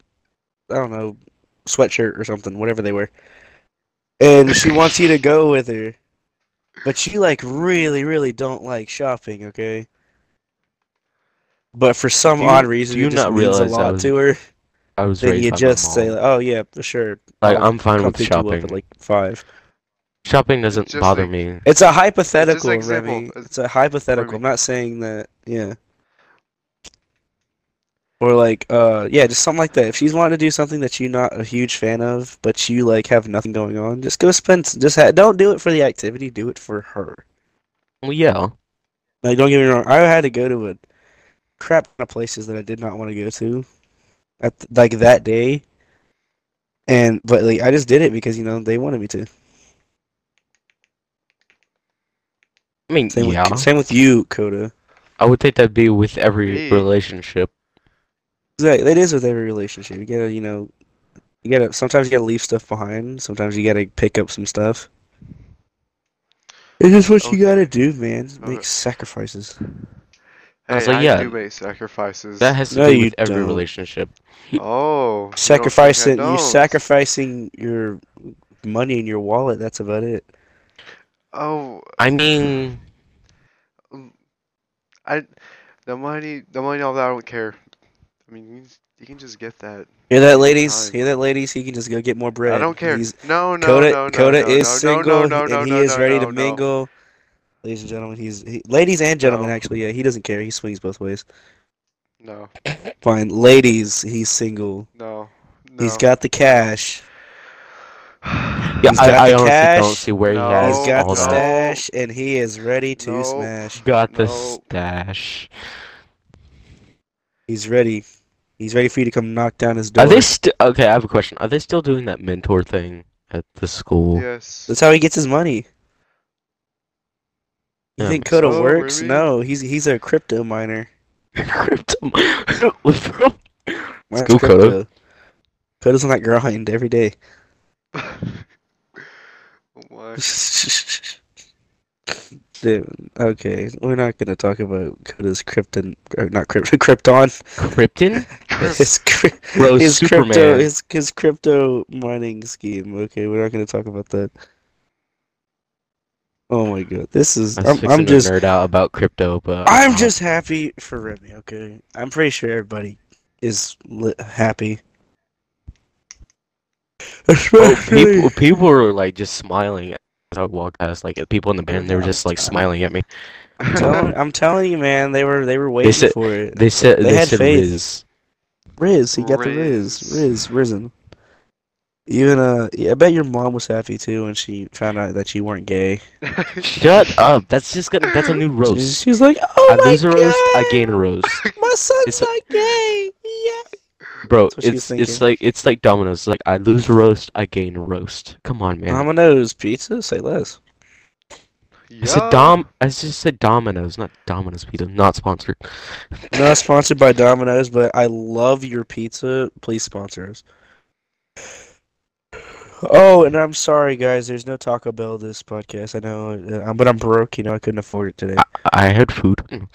S1: I don't know, sweatshirt or something, whatever they wear. And she wants you to go with her, but you like really, really don't like shopping, okay? But for some
S3: Do you-
S1: odd reason,
S3: do you
S1: it just
S3: not
S1: means a
S3: realize I
S1: lot
S3: was
S1: to her.
S3: I was
S1: Then
S3: raised
S1: you
S3: by my
S1: just say,
S3: mom.
S1: "Oh yeah, sure."
S3: like
S1: I'll
S3: I'm fine
S1: come
S3: with
S1: pick you up
S3: shopping.
S1: at like five.
S3: shopping doesn't
S2: Just
S3: bother
S2: like-
S3: me.
S1: It's a hypothetical,
S2: example,
S1: Remy.
S2: it's-
S1: It's a hypothetical.
S2: Remy.
S1: I'm not saying that. Yeah. Or like, uh, yeah, just something like that. If she's wanting to do something that you're not a huge fan of, but you like have nothing going on, just go spend. s- Just ha- don't do it for the activity. Do it for her.
S3: Well, yeah.
S1: Like, don't get me wrong. I had to go to a crap ton of places that I did not want to go to, at th- like that day. And but like I just did it because you know they wanted me to.
S3: I mean,
S1: Same
S3: yeah.
S1: with same with you, Coda.
S3: I would think that'd be with every
S2: Me.
S3: relationship.
S1: Exactly. It is with every relationship. You gotta, you know, you gotta. Sometimes you gotta leave stuff behind. Sometimes you gotta pick up some stuff. It's just what you
S2: Okay.
S1: gotta do, man.
S2: So-
S1: Make sacrifices.
S2: Hey,
S3: was like,
S2: I
S3: yeah.
S2: do make sacrifices.
S3: That has to
S1: No,
S3: do
S1: you
S3: with every
S1: don't.
S3: relationship.
S2: oh, you don't think I
S1: Sacrificing you
S2: don't.
S1: sacrificing your money in your wallet. That's about it.
S2: Oh,
S3: I mean,
S2: I the money, the money, all that. I don't care. I mean, you, can- you can just get that.
S1: Hear that, ladies?
S2: Fine.
S1: Hear that, ladies? He can just go get more bread.
S2: I don't care.
S1: He's,
S2: No, no,
S1: Coda,
S2: no, no,
S1: Coda
S2: no,
S1: is
S2: no, no,
S1: single
S2: no, no,
S1: and
S2: no,
S1: he
S2: no,
S1: is ready
S2: no,
S1: to
S2: no.
S1: mingle. Ladies and gentlemen, he's he, ladies and gentlemen.
S2: No.
S1: Actually, yeah, he doesn't care. He swings both ways.
S2: No,
S1: Fine, ladies, he's single.
S2: no,
S1: He's
S2: no.
S1: got the cash.
S3: yeah,
S1: He's got
S3: I, I
S1: the
S3: honestly don't
S1: cash,
S3: see where
S2: no,
S3: he has
S1: He's got
S3: all
S1: the
S2: no.
S3: that.
S1: stash, and he is ready to
S2: No.
S1: smash.
S3: Got the
S2: No.
S3: stash.
S1: He's ready. He's ready for you to come knock down his door.
S3: Are they still okay? I have a question. Are they still doing that mentor thing at the school?
S2: Yes.
S1: That's how he gets his money. You
S3: Yeah.
S1: think Coda
S2: Oh,
S1: works?
S2: really?
S1: No, he's he's a crypto miner.
S3: Crypto. Bro,
S1: Mine's
S3: go, Coda.
S1: Coda's on that grind every day.
S2: Oh my.
S1: Dude, okay, we're not gonna talk about Coda's krypton, or not krypton, krypton.
S3: Krypton.
S1: His, cri-
S3: Bro,
S1: his crypto,
S3: Superman.
S1: his his crypto mining scheme. Okay, we're not gonna talk about that. Oh my god, this is.
S3: I was
S1: I'm, I'm
S3: fixing to
S1: just.
S3: nerd out about crypto, but oh,
S1: I'm just happy for Remy. Okay, I'm pretty sure everybody is li- happy.
S3: Bro, Oh, people, people were like just smiling as I walked past. Like people in the band, they were just like smiling at me.
S1: I'm telling, I'm telling you, man, they were they were waiting
S3: said-
S1: for it.
S3: They said
S1: They
S3: they,
S1: had
S3: said
S1: faith.
S3: Riz.
S1: Riz, he got the Riz,
S2: Riz.
S1: Riz, risen. Even uh, yeah, I bet your mom was happy too when she found out that you weren't gay.
S3: Shut up. That's just gonna. That's a new roast.
S1: She's, she's like, oh
S3: I
S1: my
S3: lose a
S1: god,
S3: roast. I uh, gain a roast.
S1: my son's
S3: it's a-
S1: not gay. Yeah.
S3: Bro,
S1: That's what she was
S3: it's it's
S1: thinking.
S3: like it's like dominoes. Like I lose a roast, I gain a roast. Come on, man.
S1: Domino's pizza, say less.
S3: I said dom. I just said dominoes, not Domino's pizza. Not sponsored.
S1: Not sponsored by Domino's, but I love your pizza. Please sponsor us. Oh, and I'm sorry, guys. There's no Taco Bell this podcast. I know, uh, but I'm broke. You know, I couldn't afford it today.
S3: I had food.
S1: Mm.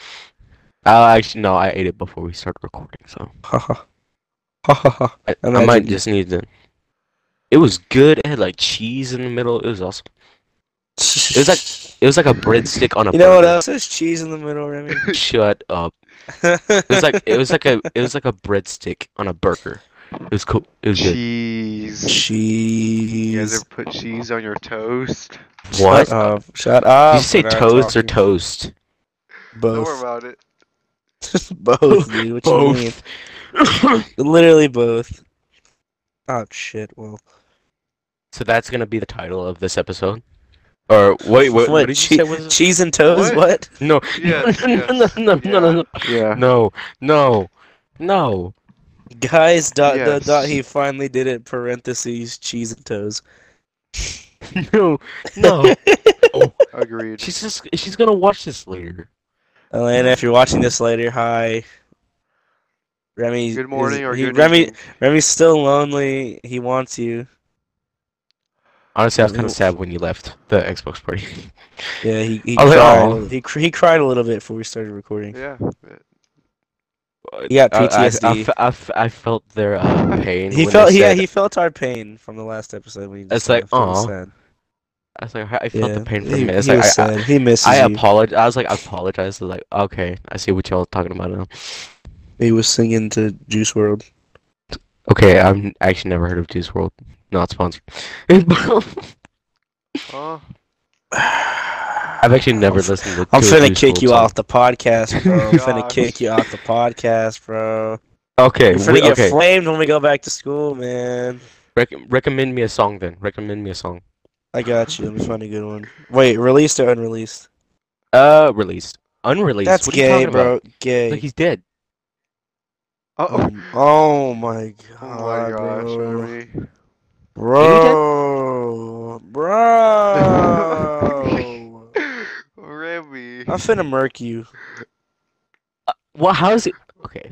S3: Uh, actually, no, I ate it before we started recording, so
S1: Ha ha. Ha ha ha.
S3: I, I
S1: Imagine
S3: might
S1: you-
S3: just need to. It was good. It had like cheese in the middle. It was awesome. It was like it was like a breadstick on a.
S1: You know what
S3: burger.
S1: else? There's cheese in the middle, Remy.
S3: Shut up. It was like it was like a it was like a breadstick on a burger. It was cool. It was good.
S2: Cheese. You guys
S1: cheese.
S2: ever put cheese on your toast?
S3: What?
S1: Shut up. Shut up.
S3: Did you say
S1: We're not
S3: toast or
S1: talking.
S3: toast?
S2: Don't worry
S1: Both.
S2: about it.
S1: both, dude. What you mean? Literally both. Oh shit. Well,
S3: so that's gonna be the title of this episode. Or wait, what, what did you
S1: che-
S3: say was it?
S1: cheese and toes?
S2: What?
S1: What?
S3: No,
S2: Yes,
S3: no,
S2: yes.
S3: no, no, no, no,
S2: Yeah.
S3: no, no, no.
S1: Guys. Dot dot
S2: Yes.
S1: dot. He finally did it. Parentheses. Cheese and toes.
S3: No, no.
S2: Agreed.
S3: she's just she's gonna watch this later.
S1: Elena, if you're watching this later, hi. Remy.
S2: Good
S1: is-
S2: morning or
S1: he-
S2: good
S1: Remy.
S2: evening.
S1: Remy's still lonely. He wants you.
S3: Honestly, I was kind
S1: Mm.
S3: of sad when you left the Xbox party.
S1: Yeah, he, he
S3: I was like,
S1: cried.
S3: "Aw."
S1: He, cr- he cried a little bit before we started recording.
S2: Yeah.
S1: He got
S3: I- I- I
S1: PTSD.
S3: fe- I fe- I felt their uh, pain.
S1: he
S3: when
S1: felt
S3: they
S1: yeah
S3: said-
S1: he felt our pain from the last episode. when he just
S3: It's like,
S1: kinda felt
S3: "Aw."
S1: sad.
S3: I was like, I felt
S1: Yeah,
S3: the pain
S1: he,
S3: from it. It's
S1: he
S3: like,
S1: was
S3: I, I,
S1: sad. he misses
S3: I
S1: you.
S3: apologize. I was like, I apologize. I was like, okay, I see what y'all are talking about now.
S1: He was singing to Juice World.
S3: Okay, I've actually never heard of Juice World. Not sponsored. I've
S2: Oh,
S1: I'm
S3: actually never listened to. to a
S1: finna
S3: Juice
S1: kick
S3: WRLD
S1: you
S3: song.
S1: off the podcast, bro. I'm finna
S2: Gosh.
S1: kick you off the podcast, bro.
S3: Okay,
S1: You're finna
S3: we,
S1: get
S3: okay.
S1: flamed when we go back to school, man.
S3: Rec- recommend me a song then. Recommend me a song.
S1: I got you. Let me find a good one. Wait, released or unreleased?
S3: Uh, released. Unreleased.
S1: That's
S3: what are you
S1: gay,
S3: talking about?
S1: bro. Gay.
S3: Like he's dead.
S2: Uh-oh.
S1: Um, Oh my god,
S2: Oh my gosh,
S1: bro.
S2: Remy.
S1: Bro. Bro.
S2: Remy.
S3: Oh,
S1: I'm finna murk you.
S3: Well, how is it? Okay.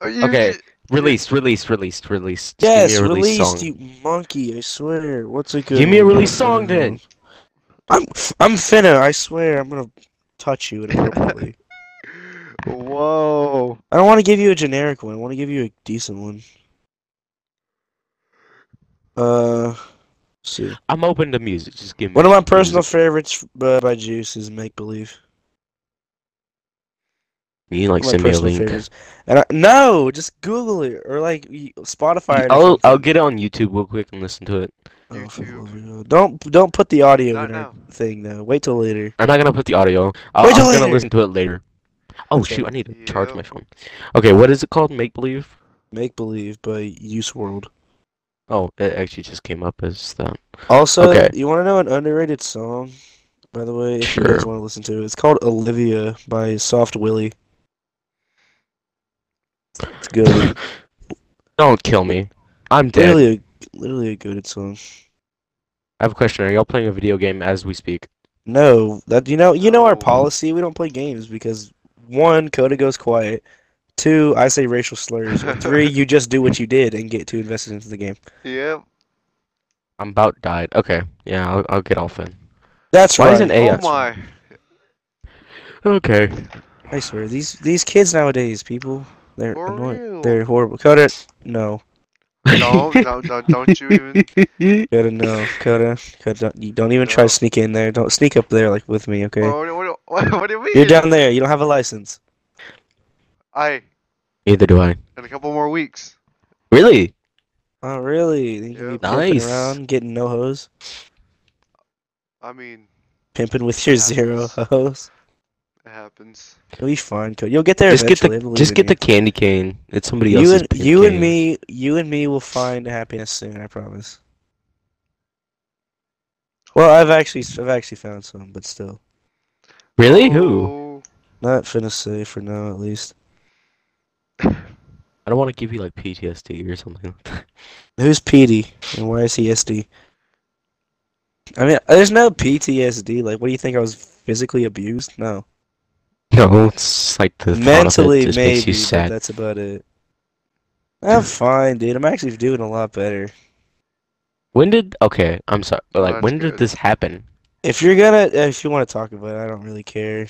S2: Are you
S3: Okay.
S2: ki-
S3: Released, released, released, released. Just
S1: Yes,
S3: give me a release
S1: released,
S3: song.
S1: you monkey, I swear. What's a good
S3: Give me a
S1: one?
S3: release
S1: What's
S3: song
S1: good
S3: then.
S1: one? I'm I'm finna, I swear, I'm gonna touch you inappropriately.
S2: Whoa.
S1: I don't want to give you a generic one. I want to give you a decent one. Uh, let's see.
S3: I'm open to music. Just give me.
S1: One of my
S3: music.
S1: personal favorites by, by Juice is Make Believe.
S3: You can, like
S1: One of
S3: send
S1: my
S3: me a
S1: personal
S3: link.
S1: favorites. And I, no, just Google it or like y- Spotify. it or
S3: I'll I'll
S1: something.
S3: get it on YouTube real quick and listen to it.
S1: Oh, for the
S2: YouTube.
S1: love of God. Don't don't put the audio
S2: Not
S1: in our
S2: now.
S1: thing though. Wait till later.
S3: I'm not gonna put the audio. I'll,
S1: Wait till
S3: I'm gonna
S1: later.
S3: listen to it later. Oh
S1: Okay.
S3: shoot! I need to charge my
S2: Yep.
S3: phone. Okay, what is it called? Make believe.
S1: Make Believe by Use World.
S3: Oh, it actually just came up as that.
S1: Also,
S3: Okay.
S1: you want to know an underrated song? By the way, if you guys
S3: Sure.
S1: want to listen to it, it's called Olivia by Soft Willy. It's good.
S3: Don't kill me. I'm dead.
S1: literally, a, literally a good song.
S3: I have a question. Are y'all playing a video game as we speak?
S1: No, that you know, you know our
S2: No.
S1: policy. We don't play games because one, Coda goes quiet. Two, I say racial slurs. or Three, you just do what you did and get too invested into the game.
S2: Yep.
S3: I'm about died. Okay. Yeah, I'll, I'll get off then.
S1: That's
S3: Why
S1: right.
S3: isn't AI?
S2: Oh my.
S3: Okay.
S1: I swear, these these kids nowadays, people, they're
S2: For
S1: annoying.
S2: real.
S1: They're horrible. Coda, no,
S2: No, no, no, don't you even.
S1: Coda, no, Coda, Coda. Don't, you don't even try
S2: No.
S1: to sneak in there. Don't sneak up there like with me, okay?
S2: What, what, what, what do you mean?
S1: You're down there. You don't have a license.
S2: I,
S3: Neither do I.
S2: in a couple more weeks.
S3: Really?
S1: Oh, really? Then You can be
S2: Yep.
S1: pimping
S3: Nice.
S1: around, getting no hose,
S2: I mean,
S1: pimping with your zero
S2: Nice.
S1: hose.
S2: it happens.
S1: You'll be fine, Coda. You'll get there
S3: just get
S1: eventually. I
S3: the
S1: believe
S3: just
S1: in
S3: get
S1: you.
S3: the candy cane. It's somebody
S1: You
S3: else's.
S1: and
S3: pimp
S1: you and
S3: cane.
S1: me, you and me will find happiness soon. I promise. Well, I've actually I've actually found some, but still.
S3: Really? Who?
S2: Oh,
S1: Not finna say for now, at least.
S3: I don't want to give you like PTSD or something.
S1: Who's PD and why is he SD? I mean, there's no PTSD. Like, what do you think? I was physically abused? No.
S3: no, it's like the
S1: Mentally,
S3: thought of it just
S1: maybe.
S3: makes you
S1: but
S3: sad.
S1: that's about it. I'm fine, dude. I'm actually doing a lot better.
S3: When did? Okay, I'm sorry. But like,
S1: Oh,
S2: That's
S3: when did
S2: good.
S3: this happen?
S1: If you're gonna, if you want to talk about it, I don't really care.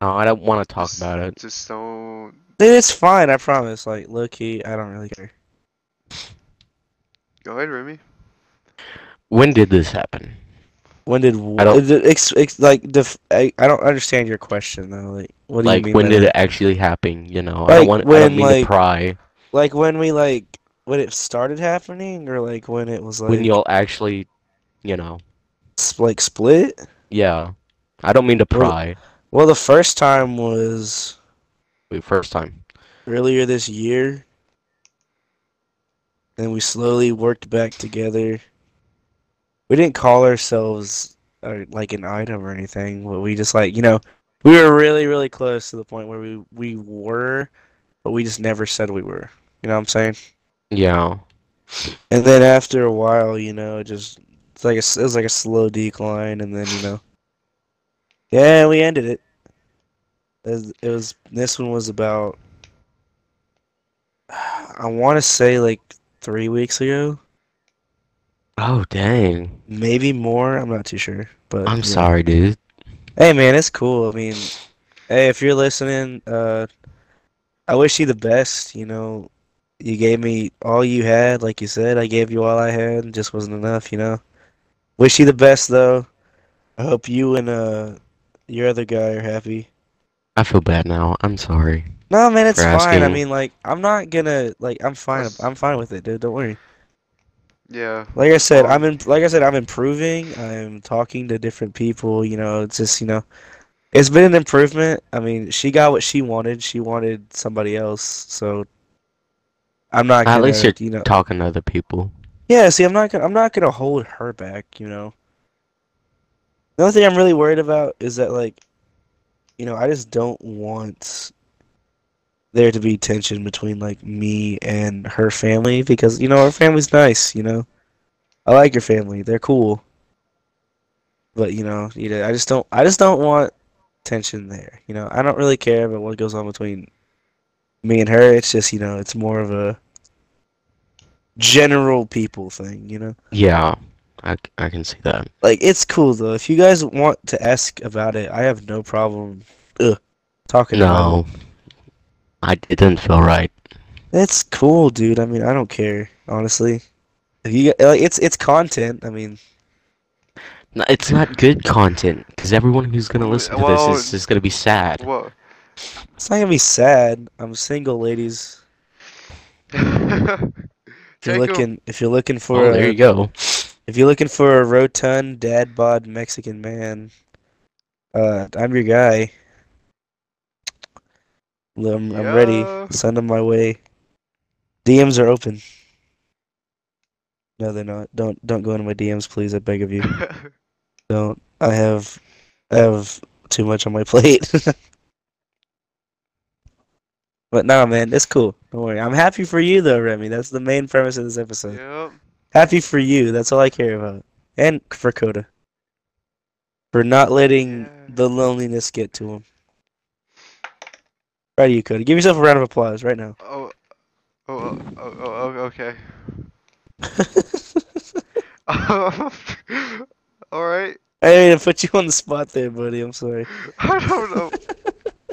S3: No, Oh, I don't want to talk
S2: Just-
S3: about it.
S2: Just don't.
S1: Dude, it's fine. I promise. Like, low key, I don't really care.
S2: Go ahead, Remy.
S3: When did this happen?
S1: When did
S3: I don't-
S1: uh, the- ex, ex, like def, I, I don't understand your question though. Like, what do
S3: Like,
S1: you mean?
S3: when
S1: by
S3: did
S1: that?
S3: it actually happen? You know, I don't
S1: Like,
S3: want. I
S1: when,
S3: don't mean
S1: like,
S3: to pry.
S1: like when we like when it started happening or like when it was like
S3: When y'all actually, you know,
S1: s- like split
S3: yeah. I don't mean to
S1: Well-
S3: pry.
S1: well the first time was
S3: Wait, First time.
S1: earlier this year then we slowly worked back together we didn't call ourselves uh, like an item or anything but we just like you know we were really really close to the point where we we were but we just never said we were you know what i'm saying
S3: Yeah.
S1: And then after a while, you know, it just it's like a, s- it was like a slow decline, and then you know, yeah, we ended it. It was, it was this one was about I want to say like three weeks ago,
S3: Oh dang.
S1: maybe more. I'm not too sure, but
S3: I'm
S1: yeah.
S3: sorry, dude.
S1: Hey man, it's cool. I mean, hey, if you're listening, uh, I wish you the best. You know, you gave me all you had, like you said. I gave you all I had, and just wasn't enough. You know. Wish you the best though. I hope you and uh your other guy are happy.
S3: I feel bad now. I'm sorry.
S1: No man, it's
S3: For
S1: fine. I
S3: asking.
S1: mean, like, I'm not gonna like. I'm fine.
S2: That's-
S1: I'm fine with it, dude. Don't worry.
S2: Yeah.
S1: Like I said, I'm in, like I said, I'm improving. I'm talking to different people, you know, it's just, you know, it's been an improvement. I mean, she got what she wanted. She wanted somebody else, so I'm not
S3: At
S1: gonna,
S3: least you're
S1: you know.
S3: talking to other people.
S1: Yeah, see, I'm not gonna, I'm not gonna hold her back, you know. The only thing I'm really worried about is that, like, you know, I just don't want there to be tension between, like, me and her family because, you know, our family's nice, you know. I like your family. They're cool. But, you know, you know, I just don't, I just don't want tension there. You know, I don't really care about what goes on between me and her. It's just, you know, it's more of a general people thing, you know?
S3: Yeah. I, c- I can see that.
S1: Like it's cool though. If you guys want to ask about it, I have no problem. Ugh, Talking about it.
S3: No, I it didn't feel right.
S1: It's cool, dude. I mean, I don't care, honestly. If you get- like, it's it's content. I mean,
S3: No, it's not good content because everyone who's gonna
S2: Well,
S3: listen to
S2: well,
S3: this is just gonna be sad.
S2: Whoa.
S1: it's not gonna be sad. I'm single, ladies. If you're
S2: Jacob,
S1: looking, if you're looking for
S3: Oh, there
S1: a,
S3: you go.
S1: if you're looking for a rotund, dad bod Mexican man, uh, I'm your guy. L- I'm, I'm
S2: Yeah.
S1: ready. Send them my way. DMs are open. No, they're not. Don't don't go into my DMs, please. I beg of you. Don't. I have I have too much on my plate. but nah, man, it's cool. Don't worry. I'm happy for you though, Remy. That's the main premise of this episode.
S2: Yep.
S1: Happy for you. That's all I care about. And for Coda. For not letting
S2: Yeah.
S1: the loneliness get to him. Right, you Coda. Give yourself a round of applause right now.
S2: Oh, oh, oh, oh, oh, oh okay. All right.
S1: I didn't mean to put you on the spot there, buddy. I'm sorry.
S2: I don't know.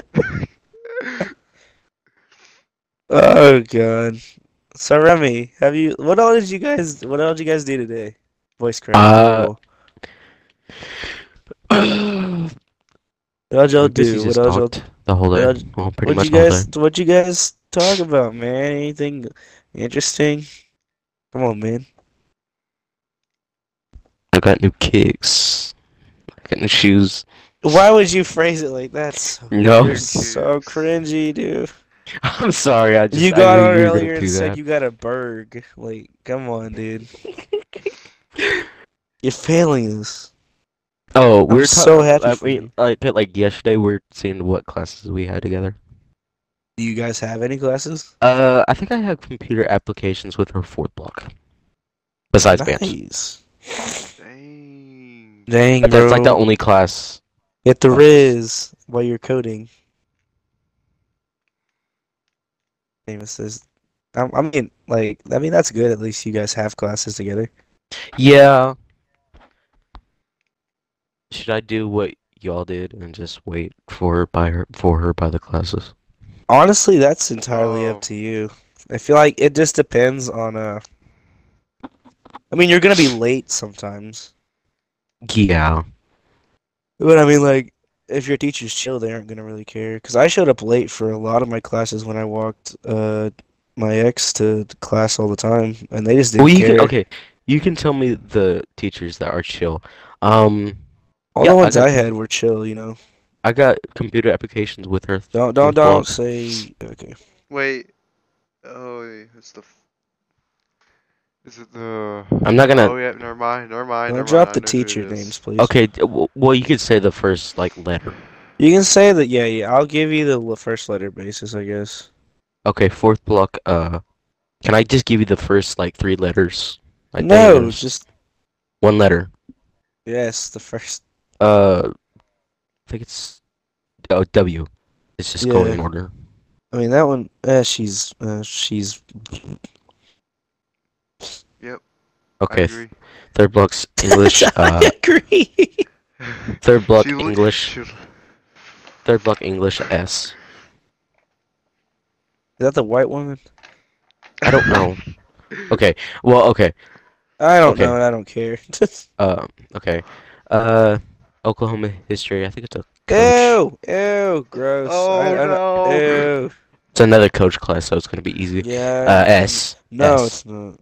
S1: Oh god. So Remy, have you? What all did you guys? What all did you guys do today? Voice crack.
S3: Uh,
S1: cool. What all y'all
S3: Busy
S1: do? What
S3: just
S1: all y'all?
S3: talked the whole
S1: what
S3: day.
S1: I'll-
S3: Well, pretty
S1: What
S3: much
S1: you
S3: the whole
S1: guys?
S3: day.
S1: What you guys talk about, man? Anything interesting? Come on, man.
S3: I got new kicks. I got new shoes.
S1: Why would you phrase it like that? So,
S3: No,
S1: you're so cringy, dude.
S3: I'm sorry. I just
S1: you
S3: I
S1: got
S3: knew
S1: on
S3: you were gonna
S1: earlier and
S3: do
S1: said
S3: that.
S1: you got a berg. Like, come on, dude. You're failing this.
S3: Oh, we
S1: I'm
S3: were ta-
S1: so happy
S3: I
S1: for you.
S3: mean, I bet like yesterday we were seeing what classes we had together.
S1: Do you guys have any classes?
S3: Uh, I think I had computer applications with her fourth block. Besides bands,
S1: nice.
S2: Dang.
S1: Dang,
S3: but that's like the
S1: bro.
S3: only class.
S1: Get the Riz while you're coding. Amos says, I, I mean, like, I mean, that's good. At least you guys have classes together.
S3: Yeah. Should I do what y'all did and just wait for her by her for her by the classes?
S1: Honestly, that's entirely up
S2: Oh.
S1: to you. I feel like it just depends on, uh, I mean, you're gonna be late sometimes.
S3: Yeah.
S1: But I mean, like, if your teacher's chill, they aren't gonna really care. Cause I showed up late for a lot of my classes when I walked uh my ex to class all the time, and they just didn't
S3: Well, you
S1: care.
S3: can, okay. You can tell me the teachers that are chill. Um,
S1: All
S3: yeah,
S1: the
S3: I
S1: ones
S3: got-
S1: I had were chill, you know.
S3: I got computer applications with her.
S1: Don't don't
S3: Fourth block.
S1: don't say okay.
S2: Wait. Oh, wait, it's the. f- Is it the?
S3: I'm not gonna.
S2: Oh yeah, never mind, never mind.
S1: Don't
S2: never
S1: drop
S2: mind,
S1: the
S2: I know who it
S1: teacher
S2: is.
S1: names, please.
S3: Okay. d- w- Well, you could say the first like letter.
S1: You can say that. Yeah, yeah. I'll give you the l- first letter basis, I guess.
S3: Okay, fourth block. Uh, can I just give you the first like three letters? Like there it
S1: No,
S3: is.
S1: just
S3: one letter.
S1: yes, the first.
S3: Uh, I think it's oh W. It's just going in
S1: Yeah.
S3: order.
S1: I mean that one. Uh, she's uh, she's
S2: I
S3: Okay,
S2: agree.
S3: third block's English.
S1: I
S3: uh,
S1: agree.
S3: third block
S2: She look-
S3: English.
S2: she-
S3: Third block English
S1: Is
S3: S.
S1: that the white woman?
S3: I don't know. Okay. Well. Okay.
S1: I don't
S3: Okay.
S1: know, and I don't care.
S3: Uh. Okay. Uh. Oklahoma history. I think it's a coach.
S1: Ew, ew, gross.
S2: Oh
S1: I- I don't- Eh.
S2: no.
S1: Ew.
S3: It's another coach class, so it's gonna be easy.
S1: Yeah.
S3: Uh. S.
S1: No,
S3: S.
S1: it's not.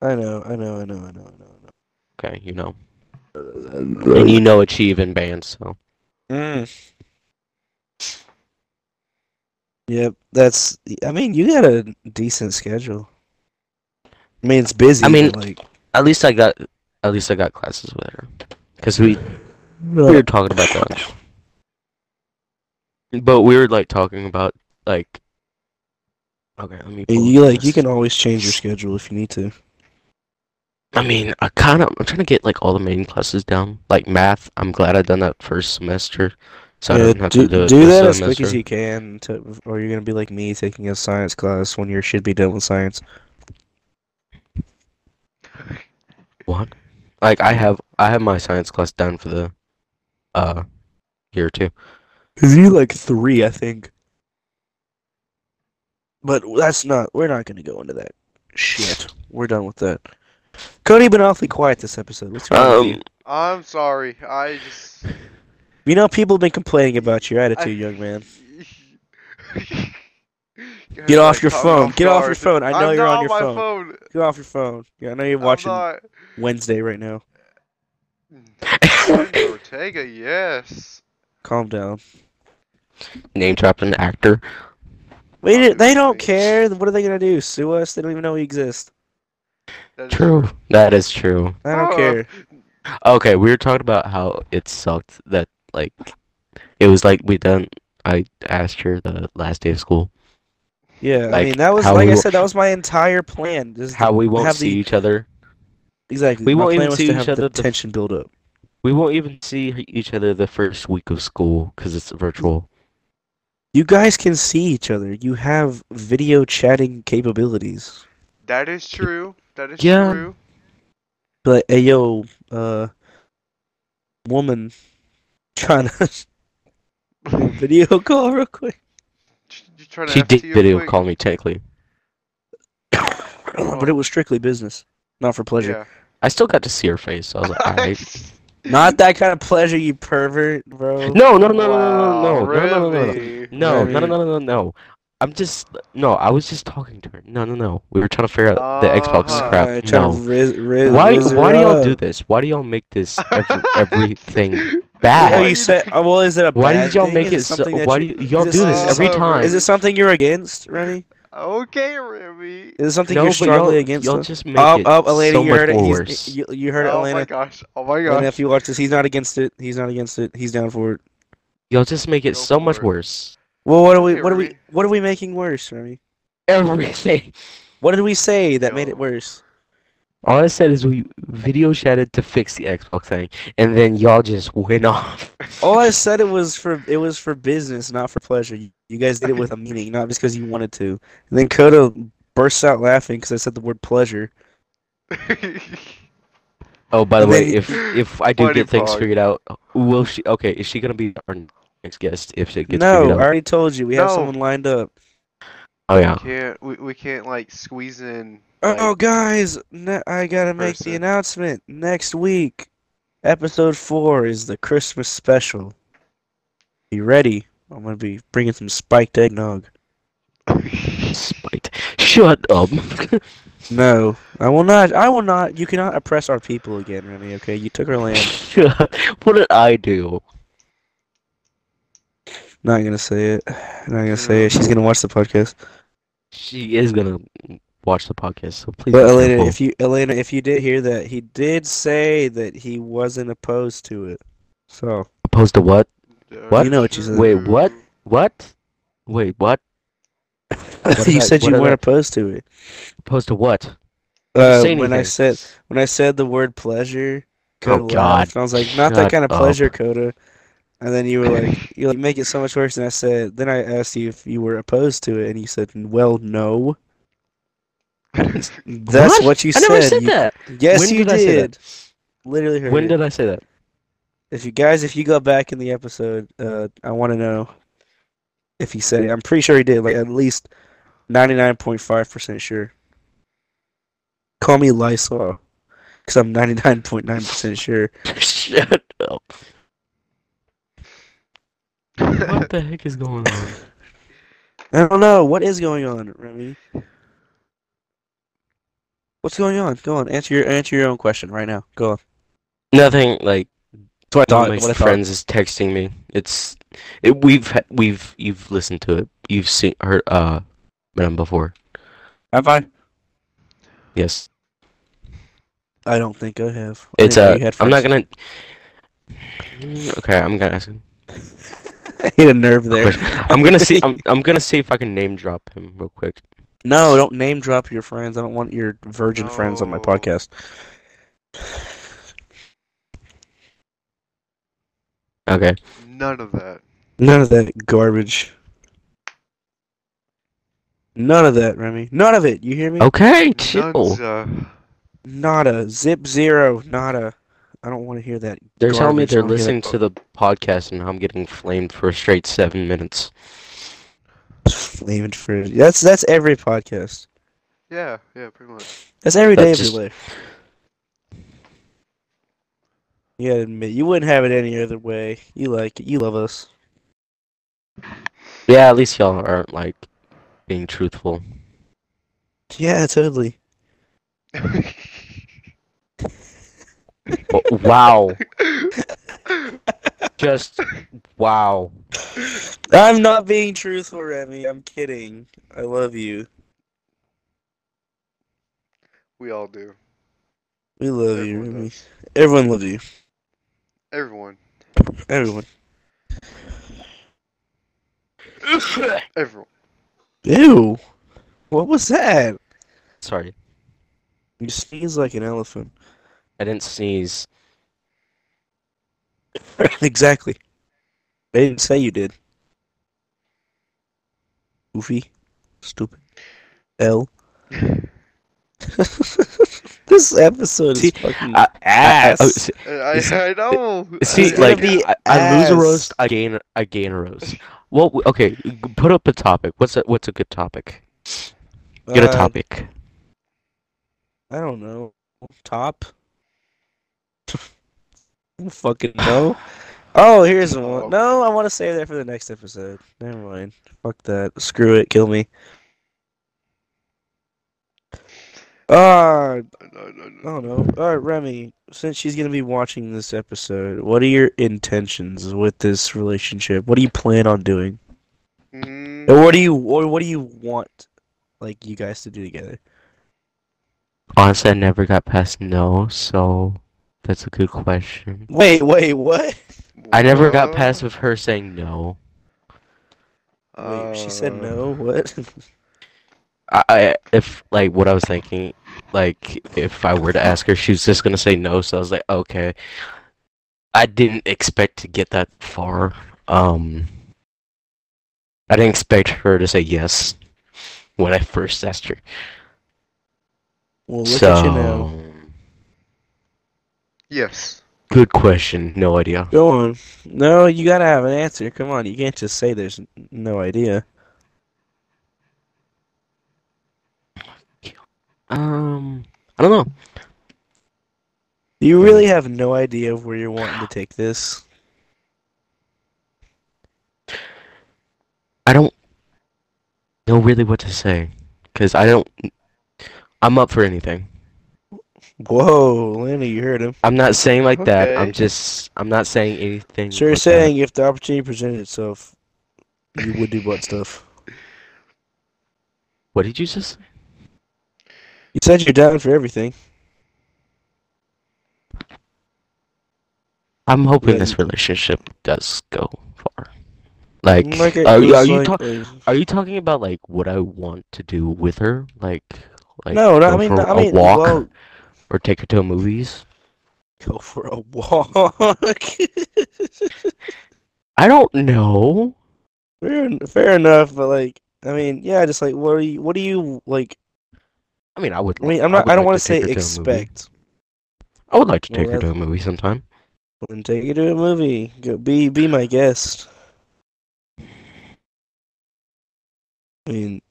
S1: I know, I know, I know, I know, I know,
S3: Okay. You know.
S1: I know.
S3: And you know achieve in bands. So.
S1: Mm. Yep, that's. I mean, you got a decent schedule. I mean, it's busy.
S3: I mean,
S1: but, like,
S3: At least I got. At least I got classes with her. Cause we we were talking about that. But we were like talking about like. Okay, let me.
S1: and
S3: pull
S1: you
S3: up
S1: like you
S3: this.
S1: can always change your schedule if you need to.
S3: I mean, I kind of. I'm trying to get like all the main classes down. Like math. I'm glad I done that first semester, so I
S1: Yeah,
S3: don't have
S1: do,
S3: to do it
S1: do
S3: this
S1: that as
S3: semester.
S1: quick as you can, to, or you're gonna be like me taking a science class when you should be done with science.
S3: What? Like I have I have my science class done for the uh year or two.
S1: Cause you like three, I think. But that's not. We're not gonna go into that shit. We're done with that. Cody been awfully quiet this episode. What's wrong with you?
S3: Um,
S2: I'm sorry. I just.
S1: You know, people have been complaining about your attitude, young man. Get off your phone. Get off your phone. I know
S2: am
S1: you're
S2: not
S1: on your
S2: my
S1: phone.
S2: phone.
S1: Get off your phone. Yeah, I know you're
S2: I'm
S1: watching
S2: not-
S1: Wednesday right now.
S2: Jenna Ortega, yes.
S1: Calm down.
S3: name dropped an actor.
S1: We
S2: I'll
S1: didn't-
S2: do
S1: they don't
S2: things.
S1: care. What are they gonna do? Sue us? They don't even know we exist.
S2: That is-
S3: True. That is true.
S1: I don't
S2: Oh,
S1: care.
S3: Okay, we were talking about how it sucked that like it was like we done. I asked her the last day of school
S1: Yeah, I
S3: like,
S1: mean that was
S3: how
S1: like
S3: we
S1: I
S3: wo-
S1: said that was my entire plan. Just
S3: how we won't
S1: have the-
S3: see each other.
S1: exactly.
S3: we
S1: my
S3: won't
S1: plan
S3: even
S1: was
S3: see
S1: to
S3: each
S1: have the
S3: other the-
S1: tension build up.
S3: We won't even see each other the first week of school because it's virtual.
S1: You guys can see each other. You have video chatting capabilities.
S2: That is true. That is
S3: Yeah.
S2: true.
S1: Be Like, hey yo, uh, woman, trying to video call real quick.
S2: You trying to
S3: She
S2: FT
S3: did
S2: real
S3: video
S2: quick?
S3: call me technically.
S1: but it was strictly business, not for pleasure.
S2: Yeah.
S3: I still got to see her face. So I was like, alright.
S1: Not that kind of pleasure, you pervert, bro.
S3: No, no, no, no,
S2: Wow,
S3: no, no, no, no, no, no, no,
S2: really?
S3: no, no, no,
S1: Really?
S3: no, no, no. I'm just no. I was just talking to her. No, no, no. We were trying to figure out the Xbox
S2: Uh-huh.
S1: Uh,
S3: crap.
S1: trying to
S3: No.
S1: riz- riz-
S3: Why?
S1: riz her
S3: Why do y'all
S1: up.
S3: do this? Why do y'all make this every, everything
S1: Why
S3: bad?
S1: you said? oh, Well, is it a
S3: Why
S1: bad
S3: did y'all
S1: thing?
S3: make
S1: Is
S3: it so?
S1: something that
S3: Why do
S1: you-
S3: y- y'all do
S1: is
S3: this
S1: this-
S3: every
S2: Oh,
S3: time?
S1: Is it something you're against, Remy?
S2: Okay, Remy.
S1: Is it something
S3: no,
S1: you're
S3: but y'all,
S1: strongly against?
S3: y'all
S1: though?
S3: just make
S1: Oh,
S3: it
S1: oh, Elena,
S3: so
S1: you
S3: much
S1: heard it.
S3: worse.
S1: He's, you, you heard it,
S2: oh
S1: Elena.
S2: my gosh. Oh my
S1: Elena,
S2: gosh.
S1: if you watch this, he's not against it. He's not against it. He's down for it.
S3: Y'all just make it
S2: Go
S3: so much
S2: for it.
S3: worse.
S1: Well, what are we?
S2: Hey,
S1: What are we?
S2: Remy.
S1: What are we making worse, Remy?
S3: Everything.
S1: What did we say that made it
S2: Yo.
S1: worse?
S3: All I said is we video chatted to fix the Xbox thing, and then y'all just went off.
S1: All I said it was for it was for business, not for pleasure. You, you guys did it with a meaning, not just because you wanted to. And then Koda bursts out laughing because I said the word pleasure.
S3: Oh, by the
S1: And
S3: way,
S1: then-
S3: if if I do
S2: Buddy
S3: get things
S2: Frog.
S3: figured out, will she? Okay, is she gonna be our next guest if it gets
S1: No, I
S3: figured out?
S1: already told you we have
S2: No.
S1: someone lined up.
S3: Oh yeah.
S2: can't we, we can't like squeeze in like,
S1: Oh, guys, ne- I gotta make the
S2: person.
S1: announcement next week. Episode four is the Christmas special. You ready? I'm gonna be bringing some spiked eggnog.
S3: Spite. Shut up.
S1: No, I will not. I will not. You cannot oppress our people again, Remy. Okay, you took our land.
S3: Shut- what did I do?
S1: Not gonna say it. Not gonna say it. She's gonna watch the podcast.
S3: She is gonna watch the podcast, so please.
S1: But
S3: be
S1: Elena,
S3: careful.
S1: if you Elena, if you did hear that, he did say that he wasn't opposed to it. So
S3: opposed to what? What?
S1: You know what you said.
S3: Wait, what? What? Wait, what? did
S1: you
S3: I-
S1: said
S3: what
S1: you
S3: did I-
S1: weren't opposed to it.
S3: Opposed to what?
S1: Uh,
S3: Say
S1: when I
S3: anything.
S1: said when I said the word pleasure, Coda laughed,
S3: Oh, God.
S1: and I was like, not
S3: Shut
S1: that kind of
S3: up.
S1: pleasure, Coda. And then you were like, you like, make it so much worse. And I said, then I asked you if you were opposed to it, and you said, well, no. That's what, you
S3: I
S1: said.
S3: never said
S1: You-
S3: that.
S1: Yes,
S3: When
S1: you
S3: did I say that?
S1: did. Literally heard
S3: When
S1: it.
S3: did I say that?
S1: If you guys, if you go back in the episode, uh, I want to know if he said it. I'm pretty sure he did. Like at least 99.5% sure. Call me Lysol, because I'm 99.9% sure.
S3: Shut up. What the heck is going on?
S1: I don't know what is going on, Remy. What's going on? Go on, answer your answer your own question right now. Go on.
S3: Nothing like
S1: That's what I thought.
S3: One of my
S1: what I thought.
S3: friends is texting me. It's it, we've ha- we've you've listened to it. You've seen heard uh met him before.
S1: Have I?
S3: Yes.
S1: I don't think I have. I
S3: It's
S1: didn't know
S3: uh
S1: you had
S3: I'm not
S1: friends.
S3: gonna Okay, I'm gonna ask him.
S1: I hit a nerve there.
S3: I'm gonna see I'm I'm gonna see if I can name drop him real quick.
S1: No, don't name drop your friends. I don't want your virgin friends on my
S2: No.
S1: podcast.
S3: Okay.
S2: None of that.
S1: None of that garbage. None of that, Remy. None of it. You hear me?
S3: Okay,
S2: None
S3: chill.
S2: uh,
S1: Nada. Zip zero. Nada. I don't want to hear that.
S3: They're telling me
S1: garbage. I
S3: they're
S1: don't hear that
S3: listening to the podcast and I'm getting flamed for a straight seven minutes.
S1: Flaming fruit. That's that's every podcast.
S2: Yeah, yeah, pretty much.
S1: That's every day
S3: That's
S1: of
S3: just-
S1: your life. You gotta admit, you wouldn't have it any other way. You like it. You love us.
S3: Yeah, at least y'all aren't like being truthful.
S1: Yeah, totally.
S3: W- wow. Just wow.
S1: I'm not being truthful, Remy. I'm kidding. I love you.
S2: we all do.
S1: We love Oh, you,
S2: Everyone
S1: Remy. Everyone loves you.
S2: Everyone.
S1: Everyone.
S2: Everyone.
S1: Ew. What was that?
S3: Sorry.
S1: You sneeze like an elephant.
S3: I didn't sneeze.
S1: exactly. They didn't say you did. Goofy. Stupid. L. this episode
S3: See,
S1: is fucking
S3: I-
S1: ass.
S3: I- I- oh, see,
S2: Uh, I,
S3: Is-
S2: I know.
S3: see,
S1: It's
S2: I-
S1: gonna
S3: like
S1: be
S3: I, I lose
S1: ass.
S3: a roast, I gain I gain a roast. Well, w- okay, g- put up a topic. What's a what's a good topic? Get a
S1: Uh,
S3: topic.
S1: I don't know. Top. I don't fucking know. Oh, here's
S2: Oh.
S1: one. No, I want to save that for the next episode. Never mind. Fuck that. Screw it. Kill me. Ah,
S2: no, no,
S1: I
S2: no.
S1: don't know. All right, Remy, since she's going to be watching this episode, what are your intentions with this relationship? What do you plan on doing?
S2: Mm,
S1: Or what do you or what do you want like you guys to do together?
S3: Honestly, I never got past no, so that's a good question.
S1: Wait, wait, what?
S3: I never got
S2: well,
S3: past with her saying no.
S1: Wait, she said
S2: uh,
S1: no. What?
S3: I, I if like what I was thinking, like if I were to ask her, she was just gonna say no. So I was like, okay. I didn't expect to get that far. Um, I didn't expect her to say yes when I first asked her.
S1: Well, look
S3: so
S1: at you now.
S2: Yes.
S3: good question. No idea.
S1: Go on. No, you gotta have an answer. Come on, you can't just say there's n- no idea.
S3: Um, I don't know. Hmm.
S1: You really have no idea of where you're wanting to take this.
S3: I don't know really what to say because I don't. I'm up for anything.
S1: Whoa, Lana, you heard him.
S3: I'm not saying like that.
S2: Okay.
S3: I'm just I'm not saying anything.
S1: So you're
S3: but that.
S1: saying if the opportunity presented itself, you would do butt stuff.
S3: What did you just? say?
S1: You said you're down for everything.
S3: I'm hoping
S1: Yeah,
S3: this
S1: you-
S3: relationship does go far. Like,
S1: it
S3: are,
S1: was
S3: you- are you
S1: Mm, like-
S3: talk,
S1: uh,
S3: are you talking about like what I want to do with her? Like, like
S1: no, no, I
S3: go
S1: mean,
S3: for
S1: no, I mean,
S3: a walk
S1: well,
S3: or take her to a movies.
S1: go for a walk.
S3: I don't know.
S1: fair, en- fair enough, but like, I mean, yeah, just like, what are you, what do you like?
S3: I mean, I would.
S1: I mean,
S3: li-
S1: I'm not,
S3: would
S1: I don't
S3: like
S1: want to
S3: to
S1: say
S3: take her to a movie.
S1: expect.
S3: I would like to
S1: Well,
S3: take her to a
S1: that's-
S3: movie sometime.
S1: Then take you to a movie. Go be be my guest. I mean,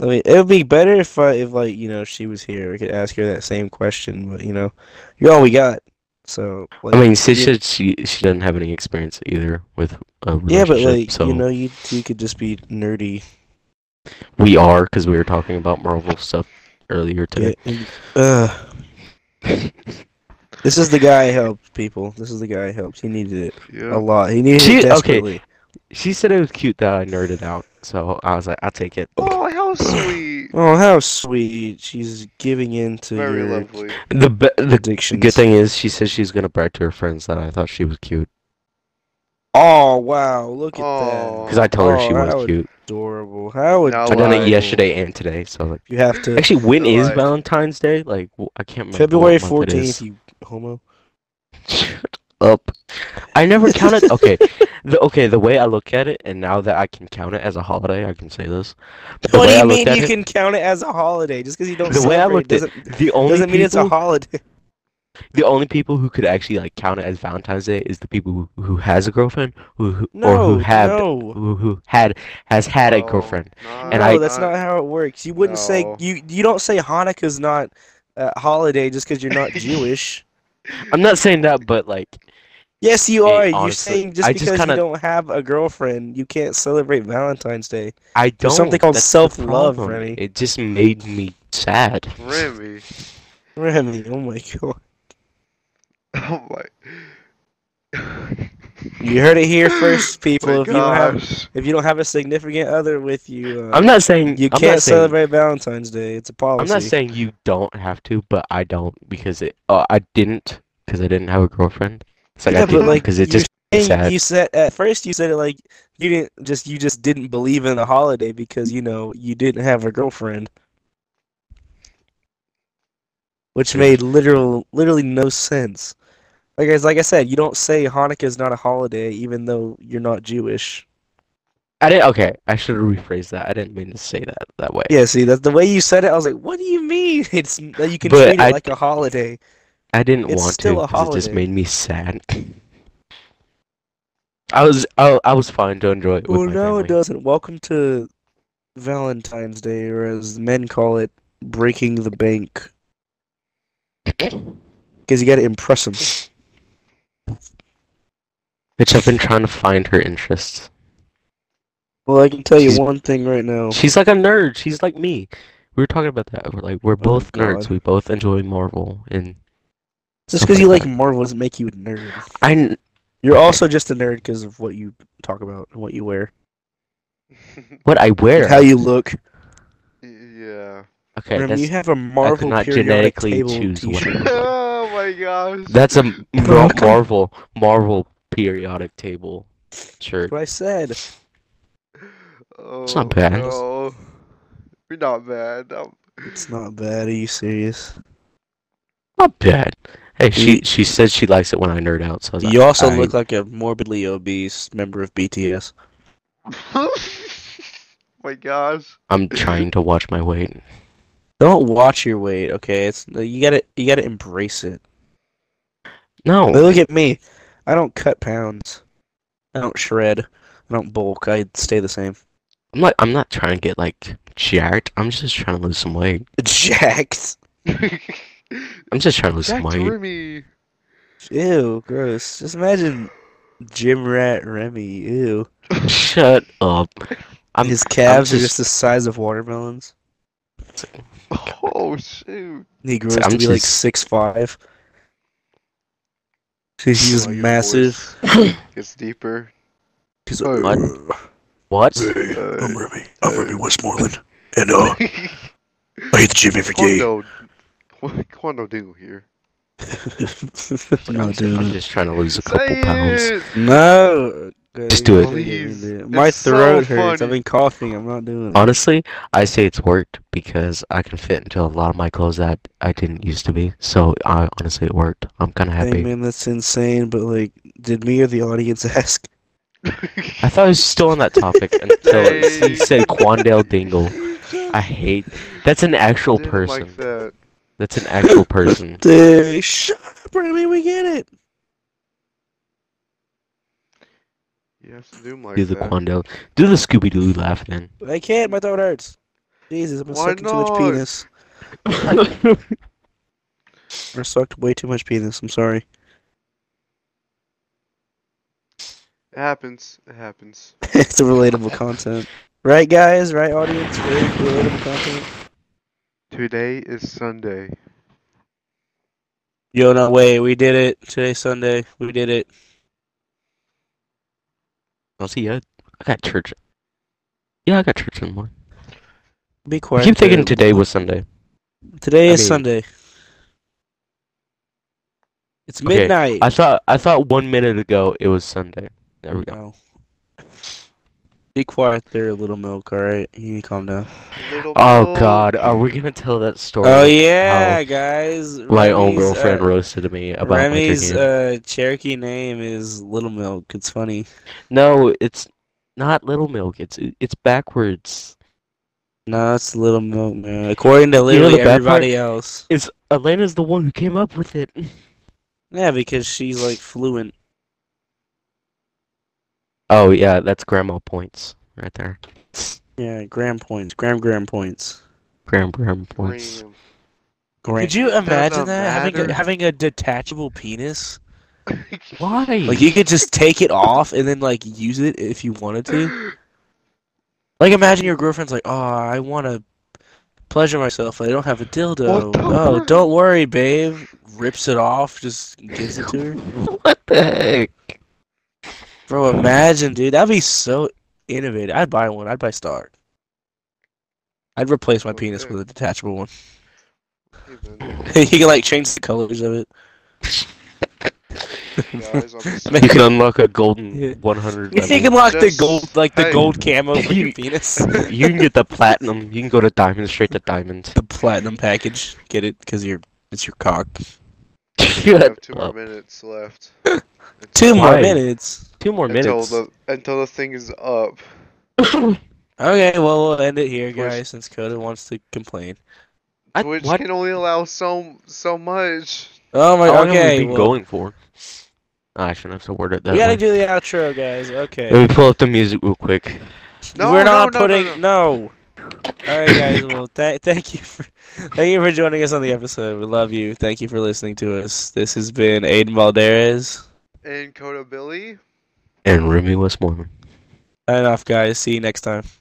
S1: I mean, it would be better if I if like you know she was here. We could ask her that same question, but you know, you're all we got. So like,
S3: I mean, she
S1: you-
S3: said she she doesn't have any experience either with a relationship.
S1: yeah, but like
S3: so
S1: you know, you you could just be nerdy.
S3: we are because we were talking about Marvel stuff earlier
S1: Yeah,
S3: today.
S1: and- ugh. this is the guy I helped people. This is the guy I helped. He needed it
S2: Yeah.
S1: a lot. He needed
S3: Gee,
S1: it
S3: okay.
S1: desperately.
S3: She said it was cute that I nerded out, so I was like, I'll take it.
S2: Oh, how sweet.
S1: Oh, how sweet! She's giving in to
S2: Very
S1: your
S2: lovely.
S3: The be- the
S1: addictions.
S3: good thing is she said she's gonna brag to her friends that I thought she was cute
S1: Oh wow! Look at
S2: Oh.
S1: that.
S3: because I told her she
S1: Oh,
S3: was
S1: that would-
S3: cute.
S1: Adorable. How would
S2: Now
S3: I done
S2: Wow.
S3: it yesterday and today, so like
S1: you have to
S3: actually, when is
S2: Alright.
S3: Valentine's Day? Like w- I can't remember.
S1: February
S3: what month it
S1: fourteenth?
S3: is.
S1: You homo.
S3: Shut up. I never counted. Okay, the, okay. The way I look at it, and now that I can count it as a holiday, I can say this. The
S1: what do
S3: way I
S1: you
S3: looked
S1: mean
S3: at
S1: you
S3: it-
S1: can count it as a holiday just because you don't
S3: The way I
S1: celebrate
S3: looked at-
S1: doesn't
S3: The only
S1: doesn't mean it's a
S3: people-
S1: holiday.
S3: The only people who could actually like count it as Valentine's Day is the people who, who has a girlfriend, who, who or
S1: No,
S3: who have
S1: no.
S3: who, who had has had a
S2: No,
S3: girlfriend.
S2: not-
S1: No,
S3: And I-
S1: that's not how it works. You wouldn't say
S2: No.
S1: you you don't say Hanukkah's not a holiday just because you're not Jewish.
S3: I'm not saying that, but like
S1: Yes, you
S3: Hey,
S1: are. You're
S3: honestly,
S1: saying just
S3: I just
S1: because
S3: kinda-
S1: you don't have a girlfriend, you can't celebrate Valentine's Day.
S3: I don't.
S1: There's something called
S3: that's the
S1: self-love,
S3: problem.
S1: Remy.
S3: It just made me sad.
S2: Remy.
S1: Remy, oh my god.
S2: I'm like.
S1: You heard it here first, people. if you
S2: Oh My
S1: don't have
S2: gosh.
S1: if you don't have a significant other with you, uh,
S3: I'm not saying
S1: you
S3: I'm
S1: can't
S3: not saying-
S1: celebrate Valentine's Day. It's a
S3: I'm
S1: policy.
S3: not saying you don't have to, but I don't because it. Uh, I didn't because I didn't have a girlfriend. It's like
S1: Yeah,
S3: I
S1: but,
S3: didn't
S1: like,
S3: because it
S1: you're
S3: just
S1: saying-
S3: sad.
S1: you said at first you said it like you didn't just you just didn't believe in the holiday because you know you didn't have a girlfriend, which made literal literally no sense. Like as like I said, you don't say Hanukkah is not a holiday even though you're not Jewish.
S3: I didn't. Okay, I should have rephrased that. I didn't mean to say that that way.
S1: Yeah, see that's the way you said it. I was like, what do you mean? It's that you can
S3: But
S1: treat it
S3: I-
S1: like a holiday.
S3: I didn't
S1: It's
S3: want
S1: still
S3: to
S1: a
S3: 'cause it just
S1: holiday.
S3: made me sad. I was I, I was fine to enjoy it with
S1: Well,
S3: my
S1: no, it
S3: family.
S1: doesn't. Welcome to Valentine's Day, or as men call it, breaking the bank. Because you gotta impress them.
S3: Bitch, I've been trying to find her interests.
S1: Well, I can tell you
S3: She's-
S1: one thing right now.
S3: She's like a nerd. She's like me. We were talking about that. We're like we're both
S1: Oh,
S3: nerds.
S1: God.
S3: We both enjoy Marvel, and
S1: Just
S3: stuff
S1: because you
S3: like
S1: like Marvel doesn't make you a nerd.
S3: I n-
S1: You're also just a nerd because of what you talk about and what you wear,
S3: what I wear.
S1: and how you look.
S2: yeah.
S3: okay,
S1: Rem,
S3: that's
S1: you have a Marvel
S3: not
S1: periodic
S3: genetically
S1: table
S3: choose what-
S1: t-shirt.
S2: oh my gosh.
S3: that's a m- Mar- Marvel Marvel periodic table
S1: That's
S3: shirt.
S1: what I said.
S2: oh,
S3: not bad.
S2: No. You're not bad. I'm...
S1: It's not bad. Are you serious?
S3: Not bad. Hey, she
S1: You-
S3: she said she likes it when I nerd out. So I was like,
S1: You also
S3: I-
S1: look like a morbidly obese member of BTS.
S2: Oh my gosh.
S3: I'm trying to watch my weight.
S1: Don't watch your weight, okay? It's uh, you gotta you gotta embrace it.
S3: No,
S1: Look at me. I don't cut pounds. I don't shred. I don't bulk. I stay the same.
S3: I'm not. I'm not trying to get like jacked. I'm just trying to lose some weight.
S1: Jacked.
S3: I'm just trying to lose
S2: Jack
S3: some weight.
S2: Remy.
S1: Ew, gross. Just imagine Jim Rat Remy. Ew.
S3: Shut up. I'm
S1: His calves
S3: just-
S1: are just the size of watermelons.
S2: Oh shoot.
S1: He grows
S3: I'm
S1: to be like
S3: just-
S1: six five. He's just
S2: Oh, your
S1: massive.
S2: voice Gets deeper.
S1: He's
S2: Oh,
S1: like,
S3: what?
S2: I'm
S1: Remy.
S2: I'm Remy
S1: Westmoreland, and
S3: Oh,
S1: uh, I hit the gym every
S2: Quando. Quando Dingle here.
S1: no,
S3: I'm, just, I'm
S1: dude.
S3: just trying to lose a couple
S2: Say
S3: pounds.
S2: it.
S1: No.
S3: Just do it.
S2: Please.
S1: My
S2: It's so
S1: throat hurts. I've
S2: funny.
S1: been coughing. I'm not doing it.
S3: Honestly, I say it's worked because I can fit into a lot of my clothes that I didn't used to be. So I honestly it worked. I'm kind of
S1: Hey
S3: happy.
S1: man, that's insane. But like, did me or the audience ask?
S3: I thought I was still on that topic until
S2: Dang.
S3: you said Quandale Dingle. I hate. That's an actual
S2: Didn't
S3: person.
S2: Like that.
S3: That's an actual person.
S1: Dude, shut up, Remy. We get it.
S2: You have to do 'em like
S3: Do the
S2: that.
S3: Quandale. Do the Scooby Doo laugh then.
S1: I can't. My throat hurts. Jesus, I've been
S2: Why
S1: sucking too
S2: not?
S1: much penis. I sucked way too much penis. I'm sorry.
S2: It happens. It happens.
S1: it's a relatable content, right, guys? Right, audience? Really relatable content.
S2: Today is Sunday.
S1: Yo, no way. We did it. Today's Sunday. We did it.
S3: I'll see you. I got church. Yeah, I got church in the morning.
S1: Be
S3: I
S1: quiet.
S3: keep thinking
S1: dude.
S3: today was Sunday.
S1: Today
S3: I
S1: is
S3: mean-
S1: Sunday. It's
S3: Okay,
S1: midnight.
S3: I thought I thought one minute ago it was Sunday. There we go.
S1: No. Be quiet there, little milk. All right, you need to calm down.
S2: Little
S3: Oh
S2: milk.
S3: God, are we gonna tell that story?
S1: Oh yeah, guys.
S3: my own
S1: Remy's,
S3: girlfriend
S1: uh,
S3: roasted me about my
S1: Remy's
S3: drinking.
S1: uh, Cherokee name is Little Milk. It's funny.
S3: no, it's not Little Milk. It's it's backwards.
S1: No, it's Little Milk Man. According to
S3: know the
S1: literally
S3: bad part?
S1: everybody else.
S3: Is Elena's the one who came up with it?
S1: Yeah, because she's like fluent.
S3: Oh yeah, that's grandma points right there.
S1: Yeah, gram points. Gram gram points.
S3: Grand grandma points.
S2: Graham.
S1: Gram. Could you imagine
S2: Doesn't
S1: that having
S2: matter.
S1: a, having a detachable penis?
S3: Why?
S1: Like you could just take it off and then like use it if you wanted to. Like imagine your girlfriend's like, "Oh, I want to pleasure myself. I don't have a dildo."
S2: What the
S1: Oh,
S2: fuck?
S1: don't worry, babe. Rips it off, just gives it to her.
S3: what the heck?
S1: Bro, imagine, dude. That'd be so innovative. I'd buy one. I'd buy Star. I'd replace my penis with a detachable one.
S2: Hey, man.
S1: you can like change the colors of it.
S2: Guys, I'm just-
S1: Make-
S3: You can unlock a golden
S1: Yeah.
S3: 100
S1: You
S3: level.
S1: can unlock the
S2: Just-
S1: gold, like the
S2: hey.
S1: gold camo for your penis.
S3: you can get the platinum. You can go to diamond, straight to diamond.
S1: the platinum package. Get it? Cause your it's your cock.
S2: We
S3: Shut
S2: have two more
S3: up.
S2: minutes left.
S1: Two more
S3: Why?
S1: minutes.
S3: Two more
S2: until
S3: minutes.
S2: the until the thing is up.
S1: Okay, well we'll end it here,
S2: Twitch-
S1: guys, since Coda wants to complain.
S3: I-
S2: Twitch
S3: what-
S2: can only allow so so much.
S1: Oh my.
S3: How long have we
S1: okay.
S3: been
S1: well,
S3: going for? Oh, I shouldn't have to word it that
S1: we gotta
S3: way.
S1: do the outro, guys. Okay.
S3: Let me pull up the music real quick.
S2: No,
S1: We're
S2: no,
S1: not
S2: no, no,
S1: putting no. All right, guys. Well, th- thank you for thank you for joining us on the episode. We love you. Thank you for listening to us. This has been Aiden Valderas.
S2: And Coda Billy.
S3: And Remy Westmoreland.
S1: Enough, guys. See you next time.